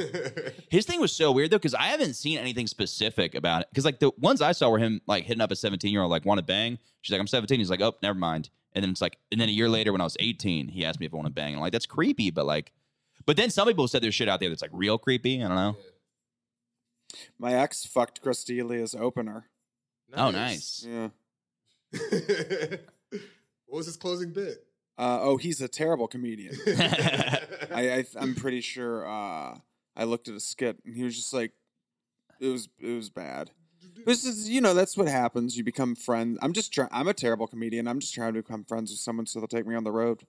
Speaker 1: His thing was so weird though, because I haven't seen anything specific about it. Because like the ones I saw were him like hitting up a 17 year old, like want to bang. She's like, I'm 17. He's like, oh, never mind. And then it's like, and then a year later, when I was 18, he asked me if I want to bang. I'm like, that's creepy, but like, but then some people said there's shit out there that's like real creepy. I don't know.
Speaker 5: My ex fucked Chris D'Elia's opener.
Speaker 1: Oh, nice.
Speaker 5: Yeah.
Speaker 6: what was his closing bit?
Speaker 5: Uh, oh, he's a terrible comedian. I, I I'm pretty sure uh, I looked at a skit and he was just like, it was it was bad. This is you know that's what happens. You become friends. I'm just trying. I'm a terrible comedian. I'm just trying to become friends with someone so they'll take me on the road.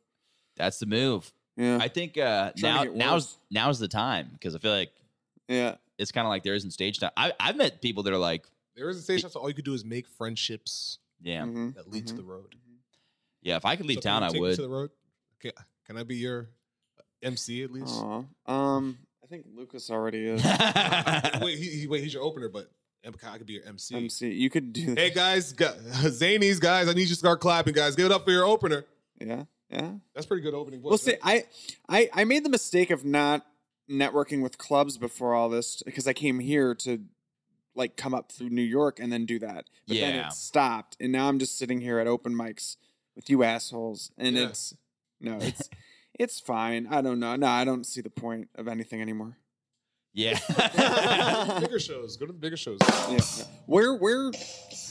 Speaker 1: That's the move.
Speaker 5: Yeah,
Speaker 1: I think uh,
Speaker 5: to
Speaker 1: now
Speaker 5: get
Speaker 1: now's
Speaker 5: worse.
Speaker 1: now's the time because I feel like
Speaker 5: yeah.
Speaker 1: it's kind of like there isn't stage time. I, I've met people that are like,
Speaker 6: There is a station, so all you could do is make friendships
Speaker 1: yeah,
Speaker 5: mhm.
Speaker 6: that lead
Speaker 5: Mhm.
Speaker 6: to the road.
Speaker 1: yeah. If I could leave
Speaker 6: So
Speaker 1: town,
Speaker 6: can you
Speaker 1: I
Speaker 6: take me
Speaker 1: would.
Speaker 6: To the road? Can, can I be your MC at least?
Speaker 5: Aw. Um, I think Lucas already is
Speaker 6: wait, he, he, wait, he's your opener, but em- I could be your MC.
Speaker 5: MC. You could do that.
Speaker 6: Hey guys, gu- Zanies, guys, I need you to start clapping, guys. Give it up for your opener.
Speaker 5: Yeah, yeah.
Speaker 6: That's pretty good opening.
Speaker 5: Well,
Speaker 6: voice.
Speaker 5: see, I, I, I made the mistake of not networking with clubs before all this because I came here to like come up through New York and then do that. But then
Speaker 1: Yeah.
Speaker 5: it stopped, and now I'm just sitting here at open mics with you assholes, and
Speaker 6: Yeah.
Speaker 5: it's no, it's it's fine. I don't know. No, I don't see the point of anything anymore.
Speaker 1: Yeah.
Speaker 6: bigger shows. Go to the bigger shows.
Speaker 5: Yeah. Where, where,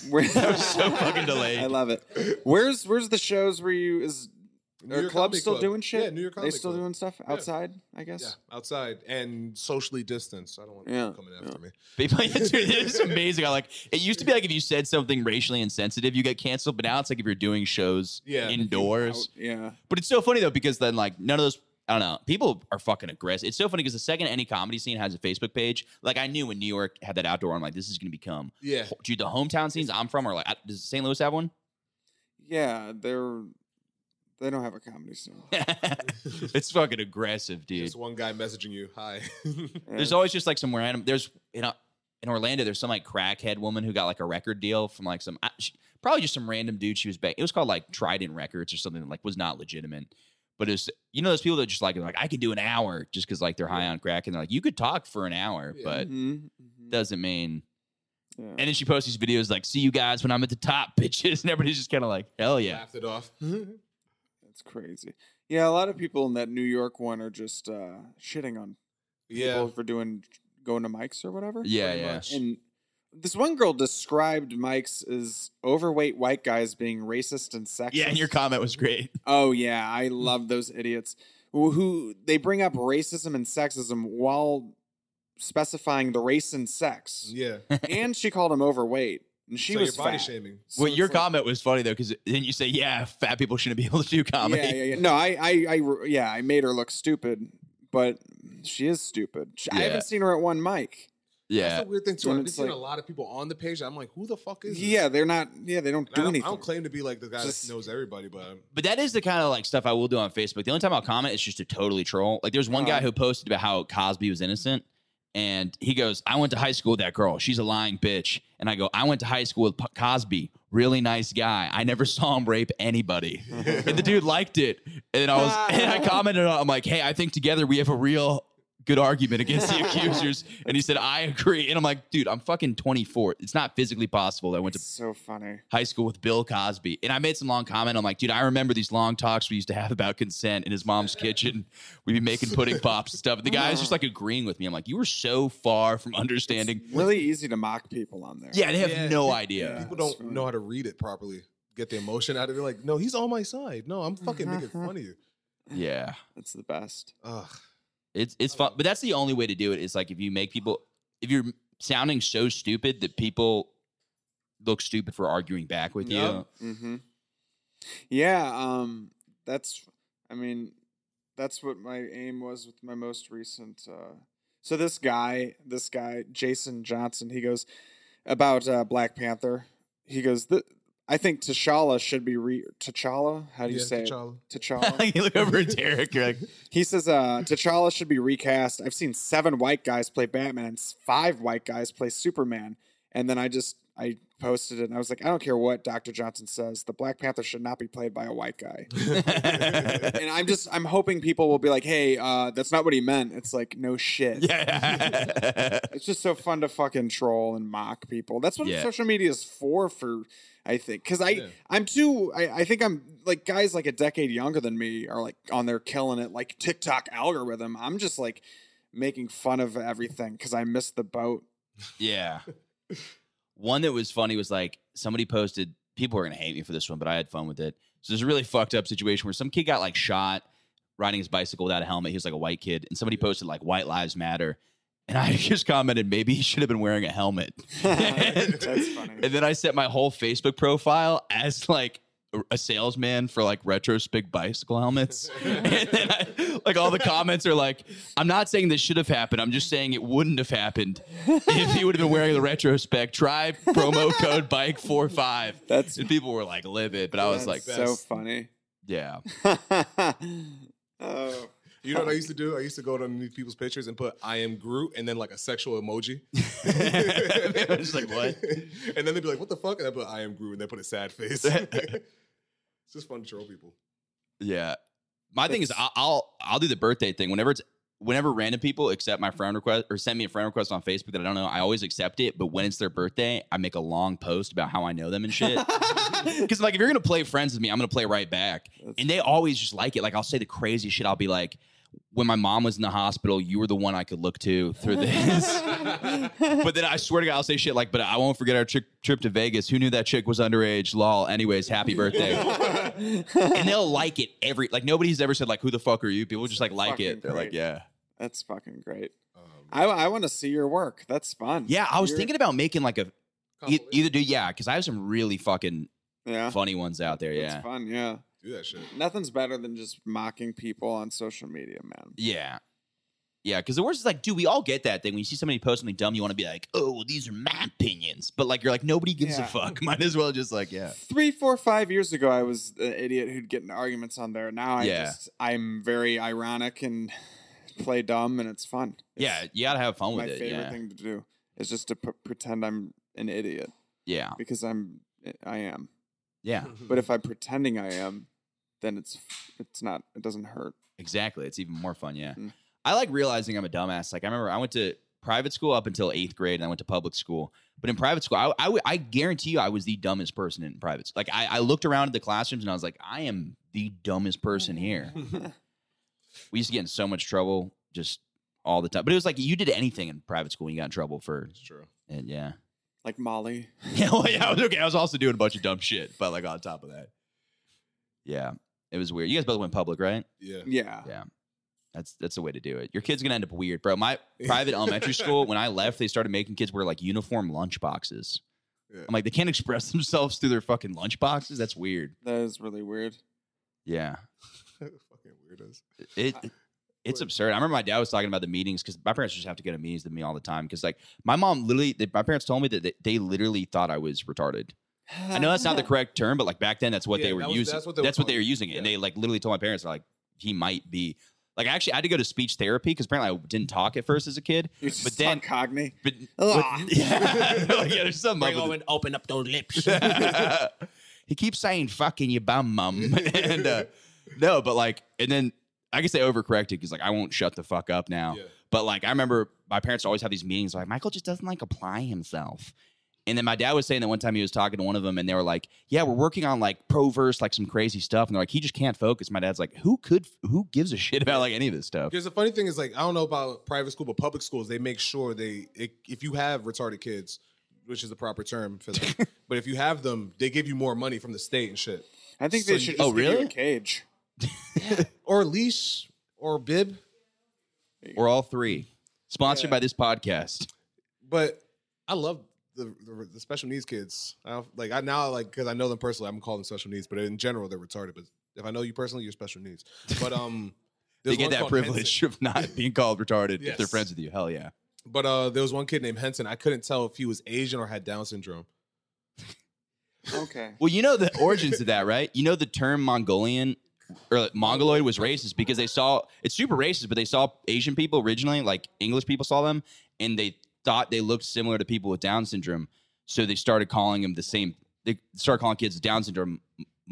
Speaker 5: where?
Speaker 1: so fucking delayed.
Speaker 5: I love it. Where's where's the shows where you is
Speaker 6: New
Speaker 5: are
Speaker 6: York
Speaker 5: clubs
Speaker 6: Comedy
Speaker 5: still
Speaker 6: Club.
Speaker 5: doing shit?
Speaker 6: Yeah, New York
Speaker 5: They
Speaker 6: Comedy
Speaker 5: still
Speaker 6: Club.
Speaker 5: doing stuff outside, I guess.
Speaker 6: Yeah, outside and socially distanced. I don't want
Speaker 5: Yeah,
Speaker 6: people coming after me.
Speaker 1: People, dude, it's amazing. I like it used to be like if you said something racially insensitive, you get canceled. But now it's like if you're doing shows
Speaker 6: Yeah.
Speaker 1: indoors.
Speaker 5: Yeah.
Speaker 1: But it's so funny though because then like none of those. I don't know. People are fucking aggressive. It's so funny because the second any comedy scene has a Facebook page, like I knew when New York had that outdoor, I'm like, this is gonna become.
Speaker 6: Yeah,
Speaker 1: Dude, the hometown scenes I'm from are like, I- does St. Louis have one?
Speaker 5: Yeah, they're they don't have a comedy scene.
Speaker 1: it's fucking aggressive, dude.
Speaker 6: just one guy messaging you. Hi.
Speaker 1: There's always just like some random. There's you know in Orlando. There's some like crackhead woman who got like a record deal from like some I- she, probably just some random dude. She was back. It was called like Trident Records or something. that, Like was not legitimate. But it's you know those people that just like like I can do an hour just because like they're high on crack and they're like you could talk for an hour,
Speaker 6: Yeah.
Speaker 1: but
Speaker 5: Mhm, mhm,
Speaker 1: doesn't mean.
Speaker 5: yeah.
Speaker 1: And then she posts these videos like see you guys when I'm at the top, bitches. And everybody's just kind of like hell yeah.
Speaker 6: Laughed it off.
Speaker 5: That's crazy. Yeah, a lot of people in that New York one are just uh, shitting on
Speaker 6: yeah.
Speaker 5: people for doing going to mics or whatever.
Speaker 1: Yeah,
Speaker 6: Pretty
Speaker 1: yeah.
Speaker 6: much.
Speaker 5: And this one girl described mics as overweight white guys being racist and sexist.
Speaker 1: Yeah, and Mm. your comment was great.
Speaker 5: Oh yeah, I love those idiots who, who they bring up racism and sexism while specifying the race and sex.
Speaker 6: Yeah.
Speaker 5: and she called him overweight. And she
Speaker 6: so
Speaker 5: was
Speaker 6: you're body
Speaker 5: fat.
Speaker 6: shaming.
Speaker 5: So
Speaker 1: Well, your
Speaker 5: it's like-
Speaker 1: comment was funny though, because then you say, "Yeah, fat people shouldn't be able to do comedy."
Speaker 5: Yeah, yeah, yeah. No, I, I, I, re- yeah, I made her look stupid, but she is stupid. She, I
Speaker 1: Yeah.
Speaker 5: haven't seen her at one mic.
Speaker 1: Yeah.
Speaker 6: That's the weird thing too.
Speaker 5: And
Speaker 6: I've been
Speaker 5: it's
Speaker 6: seeing
Speaker 5: like-
Speaker 6: a lot of people on the page. I'm like, who the fuck is? this?
Speaker 5: Yeah, they're not. Yeah, they don't
Speaker 6: And I
Speaker 5: do
Speaker 6: don't, I
Speaker 5: anything.
Speaker 6: don't claim to be like the guy
Speaker 5: Just-
Speaker 6: that knows everybody, but I'm-
Speaker 1: But that is the kind of like stuff I will do on Facebook. The only time I'll comment is just to totally troll. Like there's one guy
Speaker 5: Uh-huh.
Speaker 1: who posted about how Cosby was innocent. And he goes, I went to high school with that girl. She's a lying bitch. And I go, I went to high school with P- Cosby. Really nice guy. I never saw him rape anybody. and the dude liked it. And then I was, and I commented on, it. I'm like, hey, I think together we have a real good argument against the accusers. And he said, I agree. And I'm like, dude, I'm fucking 24. It's not physically possible. that I went to
Speaker 5: It's so funny.
Speaker 1: high school with Bill Cosby. And I made some long comment. I'm like, dude, I remember these long talks we used to have about consent in his mom's kitchen. We'd be making pudding pops and stuff. And the guy's just like agreeing with me. I'm like, you were so far from understanding.
Speaker 5: Really easy to mock people on there.
Speaker 1: Yeah, they have
Speaker 6: Yeah.
Speaker 1: no
Speaker 6: Yeah.
Speaker 1: idea.
Speaker 6: people
Speaker 5: it's
Speaker 6: don't
Speaker 5: fine.
Speaker 6: know how to read it properly. Get the emotion out of it. Like, no, he's on my side. No, I'm fucking making
Speaker 5: Mm-hmm.
Speaker 6: fun of you.
Speaker 1: Yeah.
Speaker 5: that's the best.
Speaker 6: Ugh.
Speaker 1: It's it's fun. But that's the only way to do it is like if you make people if you're sounding so stupid that people look stupid for arguing back with
Speaker 6: Yup.
Speaker 5: Mm-hmm. Yeah, um, that's. I mean, that's what my aim was with my most recent. Uh, so this guy, this guy, Jason Johnson, he goes about uh, Black Panther. He goes, "Th- I think T'Challa should be re T'Challa. How do you
Speaker 6: Yeah,
Speaker 5: say
Speaker 6: T'Challa.
Speaker 5: it?
Speaker 1: you.
Speaker 5: T'Challa.
Speaker 1: you look over at Derek, you're like,
Speaker 5: he says uh, T'Challa should be recast. I've seen seven white guys play Batman and s- five white guys play Superman. And then I just I posted it and I was like, I don't care what Doctor Johnson says. The Black Panther should not be played by a white guy. and I'm just I'm hoping people will be like, hey, uh, that's not what he meant. It's like no shit.
Speaker 1: yeah.
Speaker 5: It's just so fun to fucking troll and mock people. That's what
Speaker 1: Yeah.
Speaker 5: social media is for. For I think because I I'm too. I, I think I'm like guys like a decade younger than me are like on there killing it like TikTok algorithm. I'm just like making fun of everything because I missed the boat.
Speaker 1: Yeah. one that was funny was like somebody posted, people are going to hate me for this one, but I had fun with it. So there's a really fucked up situation where some kid got like shot riding his bicycle without a helmet. He was like a white kid. And somebody posted like White Lives Matter. And I just commented, maybe he should have been wearing a helmet. and,
Speaker 5: That's funny.
Speaker 1: and then I set my whole Facebook profile as like a- a salesman for like retro spig bicycle helmets. and then I, like all the comments are like, I'm not saying this should have happened. I'm just saying it wouldn't have happened if he would have been wearing the retrospect. Try promo code bike four five.
Speaker 5: That's-
Speaker 1: and people were like livid, but I was
Speaker 5: That's
Speaker 1: like,
Speaker 5: so funny.
Speaker 1: yeah,
Speaker 5: oh.
Speaker 6: You know what I used to do? I used to go underneath people's pictures and put "I am Groot" and then like a sexual emoji.
Speaker 1: I was just like, what?
Speaker 6: And then they'd be like, "What the fuck?" And I put "I am Groot" and they put a sad face. it's just fun to troll people.
Speaker 1: yeah. My thing is, I'll, I'll I'll do the birthday thing whenever it's whenever random people accept my friend request or send me a friend request on Facebook that I don't know. I always accept it, but when it's their birthday, I make a long post about how I know them and shit. Because like if you're gonna play friends with me, I'm gonna play right back. And they always just like it. Like I'll say the crazy shit. I'll be like, when my mom was in the hospital, you were the one I could look to through this.
Speaker 6: Um,
Speaker 1: but then I swear to God, I'll say shit like, but I won't forget our tri- trip to Vegas. Who knew that chick was underage? Lol. Anyways, happy birthday. and they'll like it every like nobody's ever said like who the fuck are you? People just like like
Speaker 5: Fucking
Speaker 1: it. They're like
Speaker 5: great.
Speaker 1: yeah.
Speaker 5: That's fucking great. I, I want to see your work. That's fun.
Speaker 1: Yeah, I was
Speaker 5: You're-
Speaker 1: thinking about making like a e-
Speaker 6: Compilation.
Speaker 1: either do yeah because I have some really fucking
Speaker 5: Yeah,
Speaker 1: funny ones out there.
Speaker 5: That's
Speaker 1: Yeah,
Speaker 5: fun. Yeah.
Speaker 6: Do that shit.
Speaker 5: Nothing's better than just mocking people on social media, man.
Speaker 1: yeah, yeah. Because the worst is like, dude, we all get that thing when you see somebody post something dumb, you want to be like, oh, well, these are my opinions, but like you're like nobody gives a
Speaker 5: Yeah.
Speaker 1: fuck. Might as well just like yeah.
Speaker 5: Three, four, five years ago, I was an idiot who'd get in arguments on there. Now I
Speaker 1: Yeah.
Speaker 5: just I'm very ironic and play dumb, and it's fun. It's
Speaker 1: Yeah, you gotta have fun
Speaker 5: my
Speaker 1: with it.
Speaker 5: favorite
Speaker 1: Yeah,
Speaker 5: thing to do is just to p- pretend I'm an idiot
Speaker 1: yeah,
Speaker 5: because I'm I am.
Speaker 1: yeah.
Speaker 5: But if I'm pretending I am, then it's it's not. It doesn't hurt.
Speaker 1: Exactly. It's even more fun. Yeah.
Speaker 5: Mm.
Speaker 1: I like realizing I'm a dumbass. Like, I remember I went to private school up until eighth grade and I went to public school. But in private school, I, I, would- I guarantee you I was the dumbest person in private. Like, I, I looked around at the classrooms and I was like, I am the dumbest person here. we used to get in so much trouble just all the time. But it was like you did anything in private school and you got in trouble for,
Speaker 6: It's true.
Speaker 1: and yeah.
Speaker 5: Like Molly.
Speaker 1: Yeah, well, yeah, I was okay. I was also doing a bunch of dumb shit, but like on top of that. Yeah, it was weird. You guys both went public, right?
Speaker 6: Yeah.
Speaker 5: Yeah.
Speaker 1: Yeah. That's that's the way to do it. Your kid's gonna end up weird, bro. My private elementary school, when I left, they started making kids wear like uniform lunch boxes.
Speaker 6: Yeah.
Speaker 1: I'm like, they can't express themselves through their fucking lunchboxes. That's weird.
Speaker 5: That is really weird.
Speaker 1: Yeah.
Speaker 6: Fucking weirdos.
Speaker 1: It it's absurd. I remember my dad was talking about the meetings because my parents just have to go to meetings with me all the time. Because like my mom literally, they, my parents told me that they, they literally thought I was retarded. I know that's not the correct term, but like back then, that's what
Speaker 6: Yeah,
Speaker 1: they were
Speaker 6: that was-
Speaker 1: using.
Speaker 6: that's
Speaker 1: That's
Speaker 6: what
Speaker 1: what they,
Speaker 6: they were
Speaker 1: were
Speaker 6: calling it.
Speaker 1: using, and
Speaker 6: Yeah.
Speaker 1: they like literally told my parents like he might be. Like actually, I had to go to speech therapy because apparently I didn't talk at first as a kid.
Speaker 5: You just
Speaker 1: but
Speaker 5: talk
Speaker 1: then,
Speaker 5: Cogni.
Speaker 1: but,
Speaker 7: Ah.
Speaker 1: but- yeah, like, yeah, there's something. up with it.
Speaker 7: oh, and open up those lips.
Speaker 1: he keeps saying "fucking your bum, mum," and uh, no, but like, and then I guess they overcorrected because like I won't shut the fuck up now.
Speaker 6: Yeah.
Speaker 1: But like, I remember my parents always have these meetings like Michael just doesn't like apply himself. And then my dad was saying that one time he was talking to one of them, and they were like, "Yeah, we're working on like pro-verse, like some crazy stuff." And they're like, "He just can't focus." My dad's like, "Who could? Who gives a shit about like any of this stuff?"
Speaker 6: Because the funny thing is, like, I don't know about private school, but public schools, they make sure they, it, if you have retarded kids, which is the proper term for them, but if you have them, they give you more money from the state and shit.
Speaker 5: I think
Speaker 6: So
Speaker 5: they
Speaker 6: you-
Speaker 5: should just
Speaker 1: oh,
Speaker 5: give you
Speaker 1: really?
Speaker 5: a cage.
Speaker 6: Or leash or bib.
Speaker 1: Or all three, sponsored by this podcast.
Speaker 6: But I love the, the, the special needs kids. I don't, like, I now, like, because I know them personally, I'm calling them special needs, but in general, they're retarded. But if I know you personally, you're special needs. But, um,
Speaker 1: They
Speaker 6: there's
Speaker 1: get
Speaker 6: one
Speaker 1: that
Speaker 6: called
Speaker 1: privilege of not being called retarded if they're
Speaker 6: Yes.
Speaker 1: friends with you. Hell yeah.
Speaker 6: But uh, there was one kid named Henson. I couldn't tell if he was Asian or had Down syndrome.
Speaker 5: Okay.
Speaker 1: Well, you know the origins of that, right? You know the term Mongolian or like, Mongoloid was racist because they saw it's super racist, but they saw Asian people originally, like English people saw them, and they thought they looked similar to people with Down syndrome, so they started calling them the same. They started calling kids with Down syndrome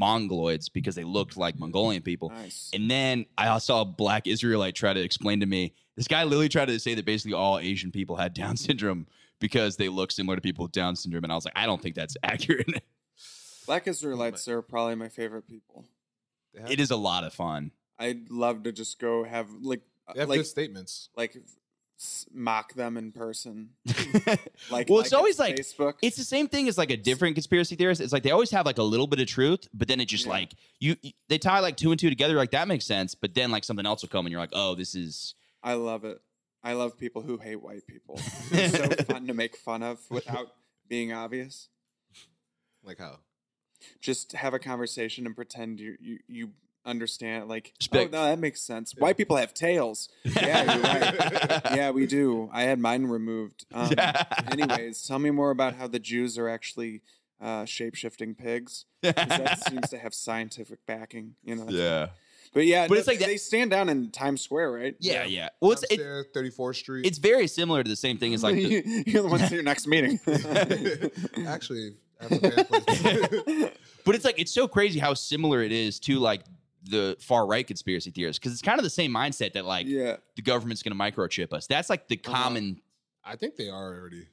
Speaker 1: Mongoloids because they looked like Mongolian people.
Speaker 5: Nice.
Speaker 1: And then I saw a black Israelite try to explain to me this guy literally tried to say that basically all Asian people had Down syndrome because they look similar to people with Down syndrome, and I was like, I don't think that's accurate.
Speaker 5: Black Israelites are probably my favorite people.
Speaker 1: it is a lot of fun.
Speaker 5: I'd love to just go have like uh,
Speaker 6: They have
Speaker 5: like
Speaker 6: good statements.
Speaker 5: like s- mock them in person. Like
Speaker 1: Well, it's
Speaker 5: on
Speaker 1: always like-
Speaker 5: Facebook.
Speaker 1: It's the same thing as like a different conspiracy theorist. It's like they always have like a little bit of truth, but then it just
Speaker 5: Yeah.
Speaker 1: like you, you- they tie like two and two together. Like that makes sense, but then like something else will come and you're like, oh, this is
Speaker 5: I love it. I love people who hate white people. It's so fun to make fun of without being obvious.
Speaker 6: Like how?
Speaker 5: Just have a conversation and pretend you you, you understand. Like,
Speaker 1: Spec-
Speaker 5: oh no, that makes sense. White people have tails. Yeah, you're right. yeah, we do. I had mine removed. Um, anyways, tell me more about how the Jews are actually uh, shape shifting pigs. 'Cause That seems to have scientific backing. You know.
Speaker 1: yeah,
Speaker 5: But yeah,
Speaker 1: But
Speaker 5: no,
Speaker 1: it's like that-
Speaker 5: they stand down in Times Square, right?
Speaker 1: yeah, yeah. Well, it's it,
Speaker 6: Upstairs, 34th Street.
Speaker 1: it's very similar to the same thing as like the,
Speaker 5: You're the ones to your next meeting.
Speaker 6: Actually, I have a bad place.
Speaker 1: But it's like it's so crazy how similar it is to like the far right conspiracy theorists because it's kind of the same mindset that like
Speaker 5: yeah. Uh-huh.
Speaker 1: the government's going to microchip us. That's like the common.
Speaker 6: I think they are already.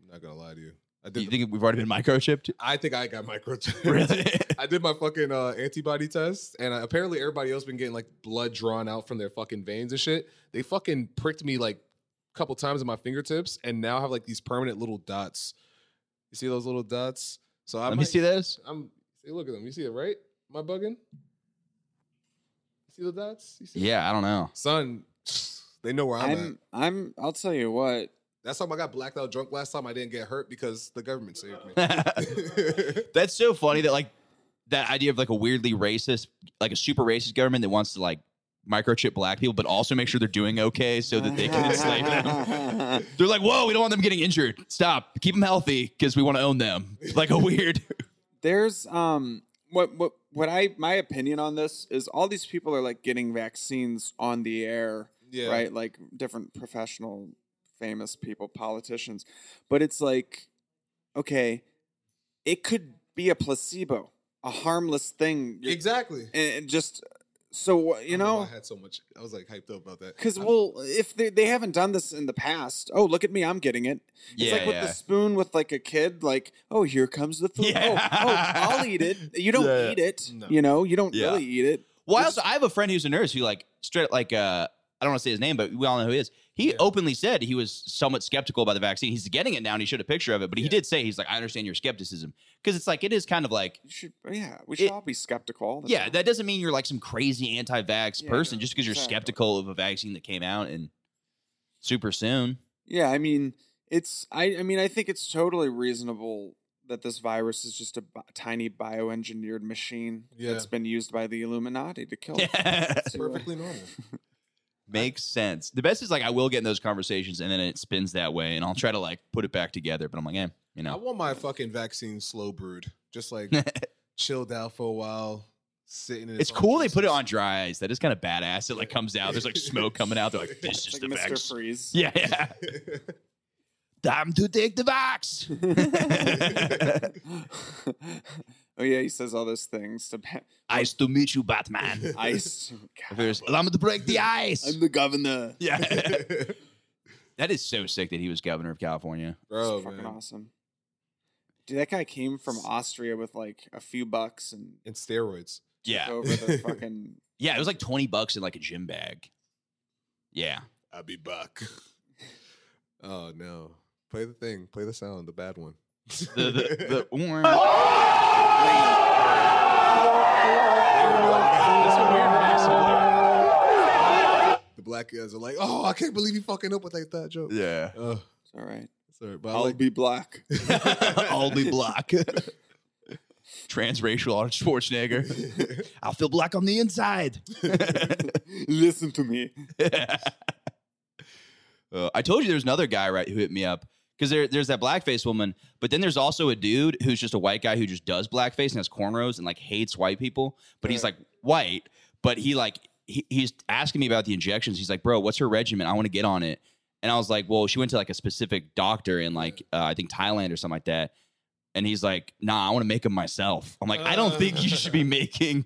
Speaker 6: I'm not gonna lie to you. I
Speaker 1: Do
Speaker 6: did.
Speaker 1: you think we've already been microchipped?
Speaker 6: I think I got microchipped.
Speaker 1: Really?
Speaker 6: I did my fucking uh, antibody test, and uh, apparently everybody else been getting like blood drawn out from their fucking veins and shit. They fucking pricked me like a couple times in my fingertips, and now I have like these permanent little dots. You see those little dots? So I
Speaker 1: Let me
Speaker 6: might-
Speaker 1: see those.
Speaker 6: I'm. See, look at them. You see it, right? Am I bugging? You see the dots? You see them?
Speaker 1: Yeah, I don't know.
Speaker 6: son. They know where I'm, at.
Speaker 5: I'm, I'm, I'll tell you what.
Speaker 6: That's time I got blacked out drunk last time. I didn't get hurt because the government saved me.
Speaker 1: That's so funny that like that idea of like a weirdly racist, like a super racist government that wants to like microchip black people, but also make sure they're doing okay so that they can enslave them. They're like, whoa, we don't want them getting injured. Stop. Keep them healthy because we want to own them. Like a weird.
Speaker 5: There's, um, what, what, what I, my opinion on this is all these people are like getting vaccines on the air,
Speaker 6: Yeah.
Speaker 5: right? Like different professional, famous people, politicians. But it's like, okay, it could be a placebo, a harmless thing. You're-
Speaker 6: exactly.
Speaker 5: And it just, so, you know.
Speaker 6: I had so much. I was like hyped up about that.
Speaker 5: Because well, if they, they haven't done this in the past, oh look at me, I'm getting it. It's
Speaker 1: Yeah,
Speaker 5: like with
Speaker 1: yeah.
Speaker 5: the spoon with like a kid, like oh here comes the food.
Speaker 1: Yeah.
Speaker 5: Oh, oh I'll eat it. You don't
Speaker 1: Yeah.
Speaker 5: eat it.
Speaker 6: No.
Speaker 5: You know you don't
Speaker 1: Yeah.
Speaker 5: really eat it.
Speaker 1: Well, I
Speaker 5: It's-
Speaker 1: also I have a friend who's a nurse who like straight like uh I don't want to say his name, but we all know who he is. He openly said he was somewhat skeptical about the vaccine. He's getting it now, and he showed a picture of it. But he did say he's like, I understand your skepticism because it's like it is kind of like
Speaker 5: You should, yeah, we should
Speaker 1: It-
Speaker 5: all be skeptical. That's
Speaker 1: yeah,
Speaker 5: all.
Speaker 1: that doesn't mean you're like some crazy anti-vax
Speaker 5: Yeah,
Speaker 1: person just because you're
Speaker 5: exactly.
Speaker 1: skeptical of a vaccine that came out and super soon.
Speaker 5: yeah. I mean, it's I, I mean I think it's totally reasonable that this virus is just a bi- tiny bioengineered machine that's
Speaker 6: Yeah.
Speaker 5: been used by the Illuminati to kill.
Speaker 6: It's
Speaker 5: to, uh,
Speaker 6: perfectly normal.
Speaker 1: Makes sense. The best is like I will get in those conversations and then it spins that way and I'll try to like put it back together, but I'm like, eh, you
Speaker 6: I
Speaker 1: know.
Speaker 6: want my fucking vaccine slow brewed, just like chilled out for a while, sitting. in
Speaker 1: It's
Speaker 6: own
Speaker 1: cool they put it
Speaker 6: juices.
Speaker 1: on dry ice. That is kind of badass. It like comes out. There's like smoke coming out. They're like, this
Speaker 5: It's
Speaker 1: is
Speaker 5: like
Speaker 1: the
Speaker 5: Mr.
Speaker 1: vax.
Speaker 5: Freeze.
Speaker 1: Yeah, yeah. Time to take the vax.
Speaker 5: oh yeah, he says all those things to ba-
Speaker 1: Ice to meet you, Batman.
Speaker 5: ice. Oh,
Speaker 1: If
Speaker 5: God.
Speaker 1: there's- Allow me to break the ice.
Speaker 5: I'm the governor.
Speaker 1: yeah. that is so sick that he was governor of California.
Speaker 6: Bro,
Speaker 5: it's fucking
Speaker 6: man.
Speaker 5: awesome. Dude, that guy came from Austria with like a few bucks and
Speaker 6: And steroids.
Speaker 5: took over the fucking.
Speaker 1: Yeah, it was like 20 bucks in like a gym bag. Yeah.
Speaker 6: I'll be back. oh no! Play the thing. Play the sound. The bad one.
Speaker 1: The, the, the,
Speaker 6: The black guys are like, "Oh, I can't believe you fucking up with like that joke."
Speaker 1: yeah.
Speaker 6: Oh,
Speaker 5: It's all right.
Speaker 6: sorry, but I
Speaker 5: I'll
Speaker 6: like
Speaker 5: be black.
Speaker 1: Aldi Block. Transracial Arnold Schwarzenegger. I'll feel black on the inside.
Speaker 5: Listen to me.
Speaker 1: Uh, I told you there's another guy right who hit me up because there, there's that blackface woman, but then there's also a dude who's just a white guy who just does blackface and has cornrows and like hates white people, but he's like white, but he like he, he's asking me about the injections. He's like, bro, what's her regimen? I want to get on it. And I was like, well, she went to like a specific doctor in like uh, I think Thailand or something like that. And he's like, nah, I want to make them myself. I'm like, I don't think you should be making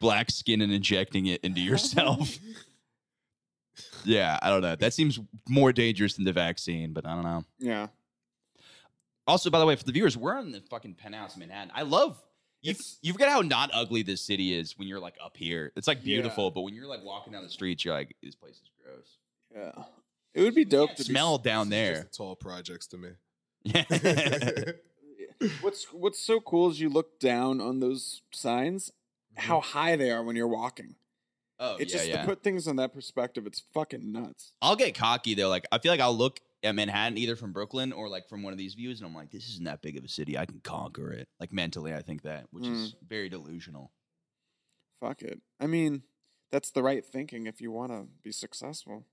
Speaker 1: black skin and injecting it into yourself. Yeah, I don't know. That seems more dangerous than the vaccine, but I don't know.
Speaker 5: Yeah.
Speaker 1: Also, by the way, for the viewers, we're on the fucking penthouse in Manhattan. I love you. You forget how not ugly this city is when you're like up here. It's like beautiful, but when you're like walking down the streets, you're like, this place is gross.
Speaker 5: Yeah. It would be dope to be-
Speaker 1: Smell down
Speaker 6: It's
Speaker 1: there.
Speaker 6: just tall projects to me.
Speaker 1: Yeah.
Speaker 5: What's What's so cool is you look down on those signs, how high they are when you're
Speaker 1: Mm-hmm.
Speaker 5: walking.
Speaker 1: oh,
Speaker 5: It's
Speaker 1: yeah,
Speaker 5: just
Speaker 1: yeah.
Speaker 5: to put things in that perspective. It's fucking nuts.
Speaker 1: I'll get cocky though. Like I feel like I'll look at Manhattan either from Brooklyn or like from one of these views, and I'm like, this isn't that big of a city. I can conquer it. Like mentally, I think that, which
Speaker 5: Mm.
Speaker 1: is very delusional.
Speaker 5: Fuck it. I mean, that's the right thinking if you want to be successful.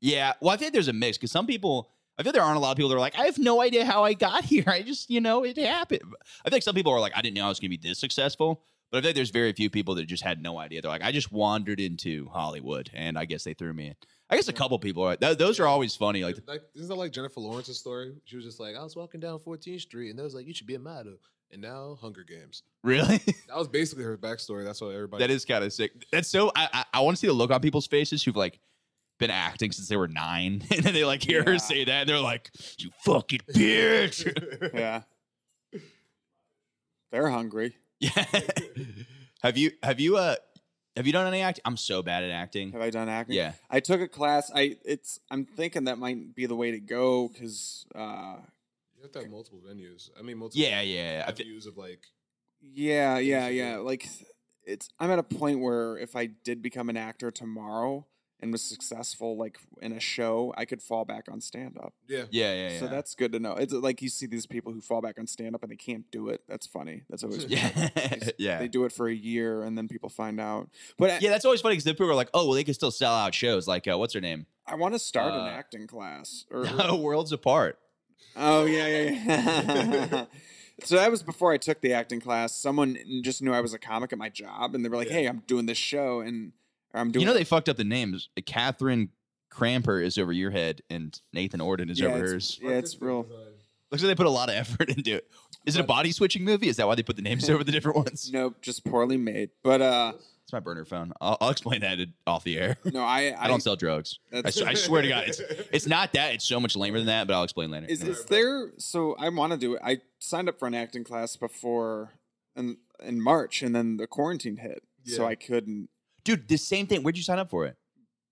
Speaker 1: Yeah. Well, I think there's a mix because some people, I feel there aren't a lot of people that are like, I have no idea how I got here. I just, you know, it happened. I think some people are like, I didn't know I was going to be this successful. But I think there's very few people that just had no idea. They're like, I just wandered into Hollywood and I guess they threw me in. I guess a couple people are, th- those are always funny. Like,
Speaker 6: like isn't that like Jennifer Lawrence's story? She was just like, I was walking down 14th Street and they was like, you should be a model. And now Hunger Games.
Speaker 1: really?
Speaker 6: That was basically her backstory. That's what everybody.
Speaker 1: that is kind of sick. That's so, I, I, I want to see the look on people's faces who've like, been acting since they were nine, and then they like hear her
Speaker 5: Yeah.
Speaker 1: say that, and they're like, "You fucking bitch!"
Speaker 5: yeah. They're hungry.
Speaker 1: Yeah. have you have you uh have you done any acting? I'm so bad at acting.
Speaker 5: Have I done acting?
Speaker 1: Yeah.
Speaker 5: I took a class. I it's. I'm thinking that might be the way to go because. Uh,
Speaker 6: You have to have multiple venues. I mean, multiple.
Speaker 1: Yeah, yeah. I fe-
Speaker 6: Venues of like.
Speaker 5: yeah, yeah,
Speaker 6: Interesting.
Speaker 5: yeah. Like, it's. I'm at a point where if I did become an actor tomorrow and was successful, like in a show, I could fall back on stand up.
Speaker 6: Yeah.
Speaker 1: Yeah, yeah, yeah.
Speaker 5: So that's good to know. It's like you see these people who fall back on stand up and they can't do it. That's funny. That's always
Speaker 1: yeah. yeah.
Speaker 5: They do it for a year and then people find out. But I-
Speaker 1: Yeah, that's always funny because people are like, "Oh, well, they can still sell out shows." Like, uh, what's her name?
Speaker 5: I want to start
Speaker 1: Uh,
Speaker 5: an acting class. Or,
Speaker 1: Worlds Apart.
Speaker 5: oh yeah, yeah. yeah. so that was before I took the acting class. Someone just knew I was a comic at my job, and they were like, "Hey, I'm doing this show, and or I'm doing."
Speaker 1: You know they fucked up the names. Catherine Cramper is over your head, and Nathan Orden is
Speaker 5: yeah,
Speaker 1: over
Speaker 5: it's-
Speaker 1: hers.
Speaker 5: Yeah, it's real.
Speaker 1: Looks like they put a lot of effort into it. Is it a body switching movie? Is that why they put the names over the different ones?
Speaker 5: Nope, just poorly made. But uh,
Speaker 1: It's my burner phone. I'll, I'll explain that in- off the air.
Speaker 5: no, I
Speaker 1: I don't sell drugs. I,
Speaker 5: That's-
Speaker 1: s- I swear to God, it's it's not that. It's so much lamer than that, but I'll explain later.
Speaker 5: Is is there? So I want to do it. I signed up for an acting class before in in March, and then the quarantine hit, so
Speaker 6: Yeah.
Speaker 5: I couldn't
Speaker 1: Dude, the same thing. Where'd you sign up for it?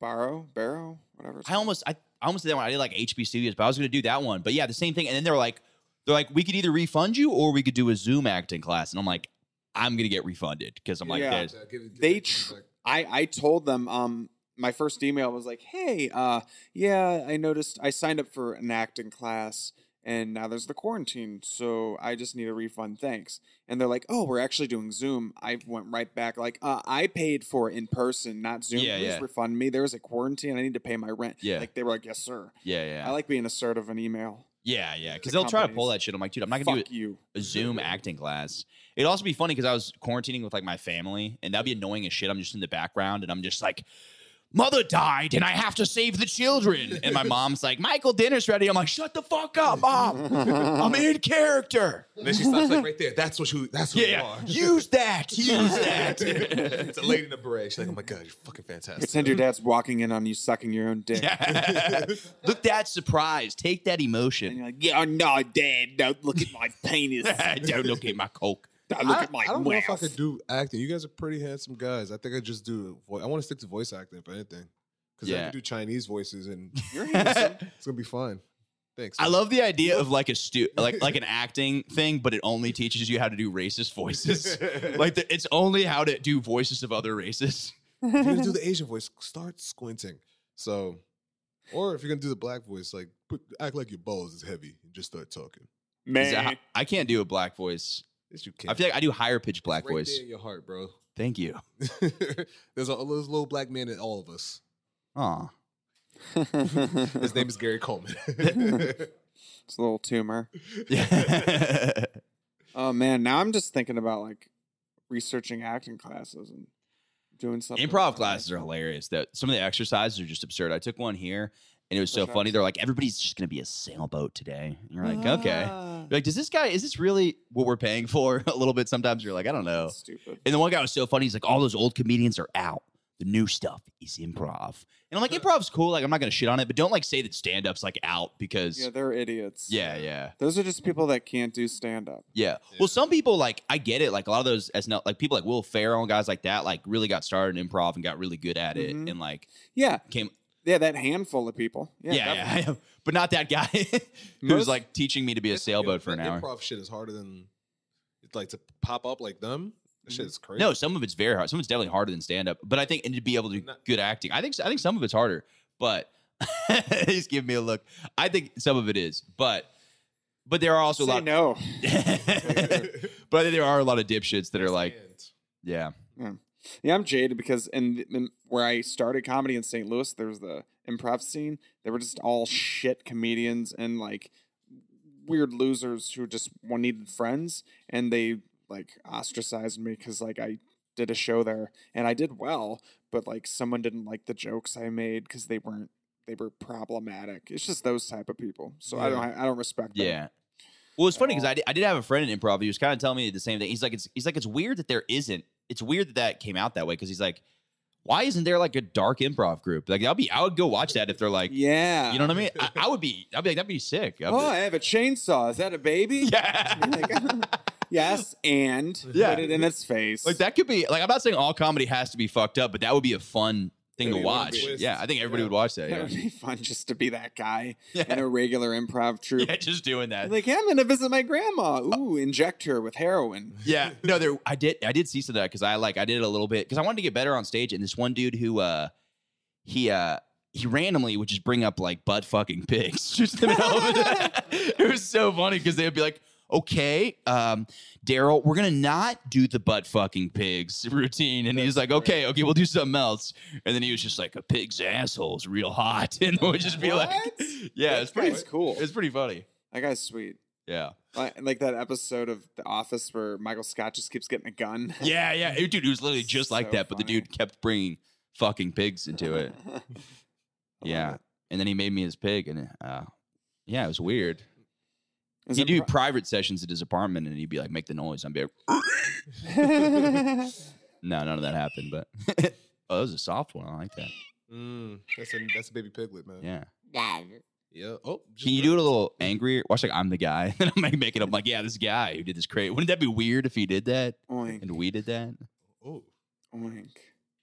Speaker 5: borrow, borrow, whatever. it's
Speaker 1: I almost I, I almost did that one. I did like HB Studios, but I was gonna do that one. But yeah, the same thing. And then they're like, they're like, we could either refund you or we could do a Zoom acting class. And I'm like, I'm gonna get refunded because I'm like,
Speaker 5: Yeah.
Speaker 1: there's
Speaker 5: they tr- I I told them um my first email was like, "Hey, uh, yeah, I noticed I signed up for an acting class, and now there's the quarantine, so I just need a refund. Thanks." And they're like, "Oh, we're actually doing Zoom." I went right back like, uh, "I paid for it in person, not Zoom.
Speaker 1: Yeah,
Speaker 5: Please
Speaker 1: yeah.
Speaker 5: refund me. There was a quarantine. I need to pay my rent."
Speaker 1: Yeah.
Speaker 5: like they were like, "Yes, sir."
Speaker 1: Yeah, yeah,
Speaker 5: I like being assertive in email.
Speaker 1: yeah, yeah. Because
Speaker 5: the
Speaker 1: they'll try to
Speaker 5: companies.
Speaker 1: pull that shit. I'm like, dude, I'm not gonna do
Speaker 5: Fuck
Speaker 1: it.
Speaker 5: you.
Speaker 1: a Zoom acting class. It'd also be funny because I was quarantining with like my family, and that'd be annoying as shit. I'm just in the background, and I'm just like, "Mother died, and I have to save the children." And my mom's like, "Michael, dinner's ready." I'm like, "Shut the fuck up, mom! I'm in character."
Speaker 6: And then she stops like right there. That's what you. That's who
Speaker 1: Yeah,
Speaker 6: you are.
Speaker 1: use that, use that.
Speaker 6: it's a lady in a beret. She's like, oh my god, you're fucking fantastic.
Speaker 5: Pretend your dad's walking in on you sucking your own dick.
Speaker 1: Look that surprise. Take that
Speaker 5: And
Speaker 1: emotion.
Speaker 5: you're like, yeah, no, dad, don't look at my penis.
Speaker 1: Don't look at my coke.
Speaker 5: Don't look at my
Speaker 6: I don't know if I
Speaker 5: mouth."
Speaker 6: could do acting. You guys are pretty handsome guys. I think I just do. Vo- I want to stick to voice acting if anything, because I
Speaker 1: Yeah.
Speaker 6: can do Chinese voices and
Speaker 5: You're handsome.
Speaker 6: it's gonna be fine. Thanks.
Speaker 1: I love the idea of like a stu- like like an acting thing, but it only teaches you how to do racist voices. like the, it's only how to do voices of other races.
Speaker 6: If you're gonna do the Asian voice, start squinting. So, or if you're gonna do the black voice, like put, act like your balls is heavy and just start talking.
Speaker 1: Is that
Speaker 5: Man.
Speaker 1: how- I can't do a black voice.
Speaker 6: Yes, you can.
Speaker 1: I feel like I do higher pitched black
Speaker 6: It's right
Speaker 1: voice.
Speaker 6: there in your heart, bro.
Speaker 1: Thank you.
Speaker 6: There's a there's a little black man in all of us.
Speaker 1: Aw.
Speaker 6: His name is Gary Coleman.
Speaker 5: it's a little tumor.
Speaker 1: Yeah.
Speaker 5: Oh man, now I'm just thinking about like researching acting classes and doing something.
Speaker 1: Improv classes are hilarious. That some of the exercises are just absurd. I took one here and it was so
Speaker 5: Push-ups.
Speaker 1: funny. They're like, everybody's just gonna be a sailboat today. And you're like, okay.
Speaker 6: Ah.
Speaker 5: Ah.
Speaker 1: You're like, does this guy is this really what we're paying for? a little bit sometimes you're like, I don't know.
Speaker 5: Stupid.
Speaker 1: And the one guy was so funny. He's like, all those old comedians are out. The new stuff is improv. And I'm like, improv's cool. Like, I'm not going to shit on it, but don't like say that stand up's like out because,
Speaker 5: Yeah, they're idiots.
Speaker 1: yeah, yeah.
Speaker 5: Those are just people that can't do stand up.
Speaker 1: Yeah. Well, some people like I get it. Like a lot of those as no, like people like Will Ferrell and guys like that, like really got started in improv and got really good at it,
Speaker 5: Mhm.
Speaker 1: and like
Speaker 5: Yeah.
Speaker 1: came.
Speaker 5: Yeah, that handful of people. Yeah.
Speaker 1: Yeah, yeah,
Speaker 5: that-
Speaker 1: but not that guy who was
Speaker 5: Most-
Speaker 1: like teaching me to be a sailboat for an
Speaker 6: That
Speaker 1: hour.
Speaker 6: Improv shit is harder than it's like to pop up like them. That shit is crazy.
Speaker 1: No, some of it's very hard. Some of it's definitely harder than stand up. But I think and to be able to do
Speaker 6: Not-
Speaker 1: good acting, I think I think some of it's harder. But he's giving me a look. I think some of it is, but but there are also
Speaker 5: Say
Speaker 1: a lot.
Speaker 5: no.
Speaker 1: but I think there are a lot of dipshits that are like, yeah,
Speaker 5: Yeah, I'm jaded because in, in where I started comedy in St. Louis, there was the improv scene. They were just all shit comedians and like weird losers who just wa- needed friends, and they like ostracized me because like I did a show there and I did well, but like someone didn't like the jokes I made because they weren't they were problematic. It's just those type of people. So I don't I don't respect. them.
Speaker 1: Yeah. Well, it's funny because I did, I did have a friend in improv. He was kind of telling me the same thing. He's like, it's he's like, it's weird that there isn't. It's weird that that came out that way because he's like, why isn't there like a dark improv group? Like, I'll be, I would go watch that if they're like,
Speaker 5: yeah.
Speaker 1: you know what I mean? I, I would be, I'd be like, that'd be sick. I'd be-
Speaker 5: Oh, I have a chainsaw. Is that a baby?
Speaker 1: yeah.
Speaker 5: Like, yes, and
Speaker 1: Yeah.
Speaker 5: put it in its face.
Speaker 1: like that could be like I'm not saying all comedy has to be fucked up, but that would be a fun thing
Speaker 5: It'd
Speaker 1: to
Speaker 5: be one
Speaker 1: watch.
Speaker 5: of the
Speaker 6: twists.
Speaker 1: Yeah, I think everybody
Speaker 6: Yeah.
Speaker 1: would watch that.
Speaker 5: That
Speaker 1: Yeah.
Speaker 5: would be fun just to be that guy
Speaker 1: Yeah.
Speaker 5: in a regular improv troupe.
Speaker 1: yeah, just doing that.
Speaker 5: Like, I'm gonna visit my grandma. Ooh, inject her with heroin.
Speaker 1: yeah no there i did i did see some of that because i like i did it a little bit because i wanted to get better on stage and this one dude who uh he uh he randomly would just bring up like butt fucking pigs just in the middle of it. it was so funny because they would be like okay um daryl we're gonna not do the butt fucking pigs routine and he's like okay okay we'll do something else and then he was just like a pig's asshole is real hot and it would just be like yeah it's pretty
Speaker 5: That's cool.
Speaker 1: it's pretty funny
Speaker 5: That guy's sweet.
Speaker 1: yeah
Speaker 5: Like, like that episode of The Office where Michael Scott just keeps getting a gun.
Speaker 1: Yeah, yeah. It- dude, it was literally just like
Speaker 5: So
Speaker 1: that, but the
Speaker 5: funny.
Speaker 1: dude kept bringing fucking pigs into it. yeah. And then he made me his pig, and uh, yeah, it was weird.
Speaker 5: Is
Speaker 1: He'd
Speaker 5: it
Speaker 1: do
Speaker 5: pro-
Speaker 1: private sessions at his apartment, and he'd be like, make the noise. I'd be like, no, none of that happened, but oh, that was a soft one. I like that.
Speaker 6: Mm, that's a that's a baby piglet, man.
Speaker 1: Yeah.
Speaker 6: Yeah. Oh, just
Speaker 1: Can you do it a little angrier? Watch, like, I'm the guy. Then I'm like, make it up, like, yeah, this guy who did this crazy. Wouldn't that be weird if he did that
Speaker 5: oink,
Speaker 1: and we did that?
Speaker 6: Oh,
Speaker 5: oink.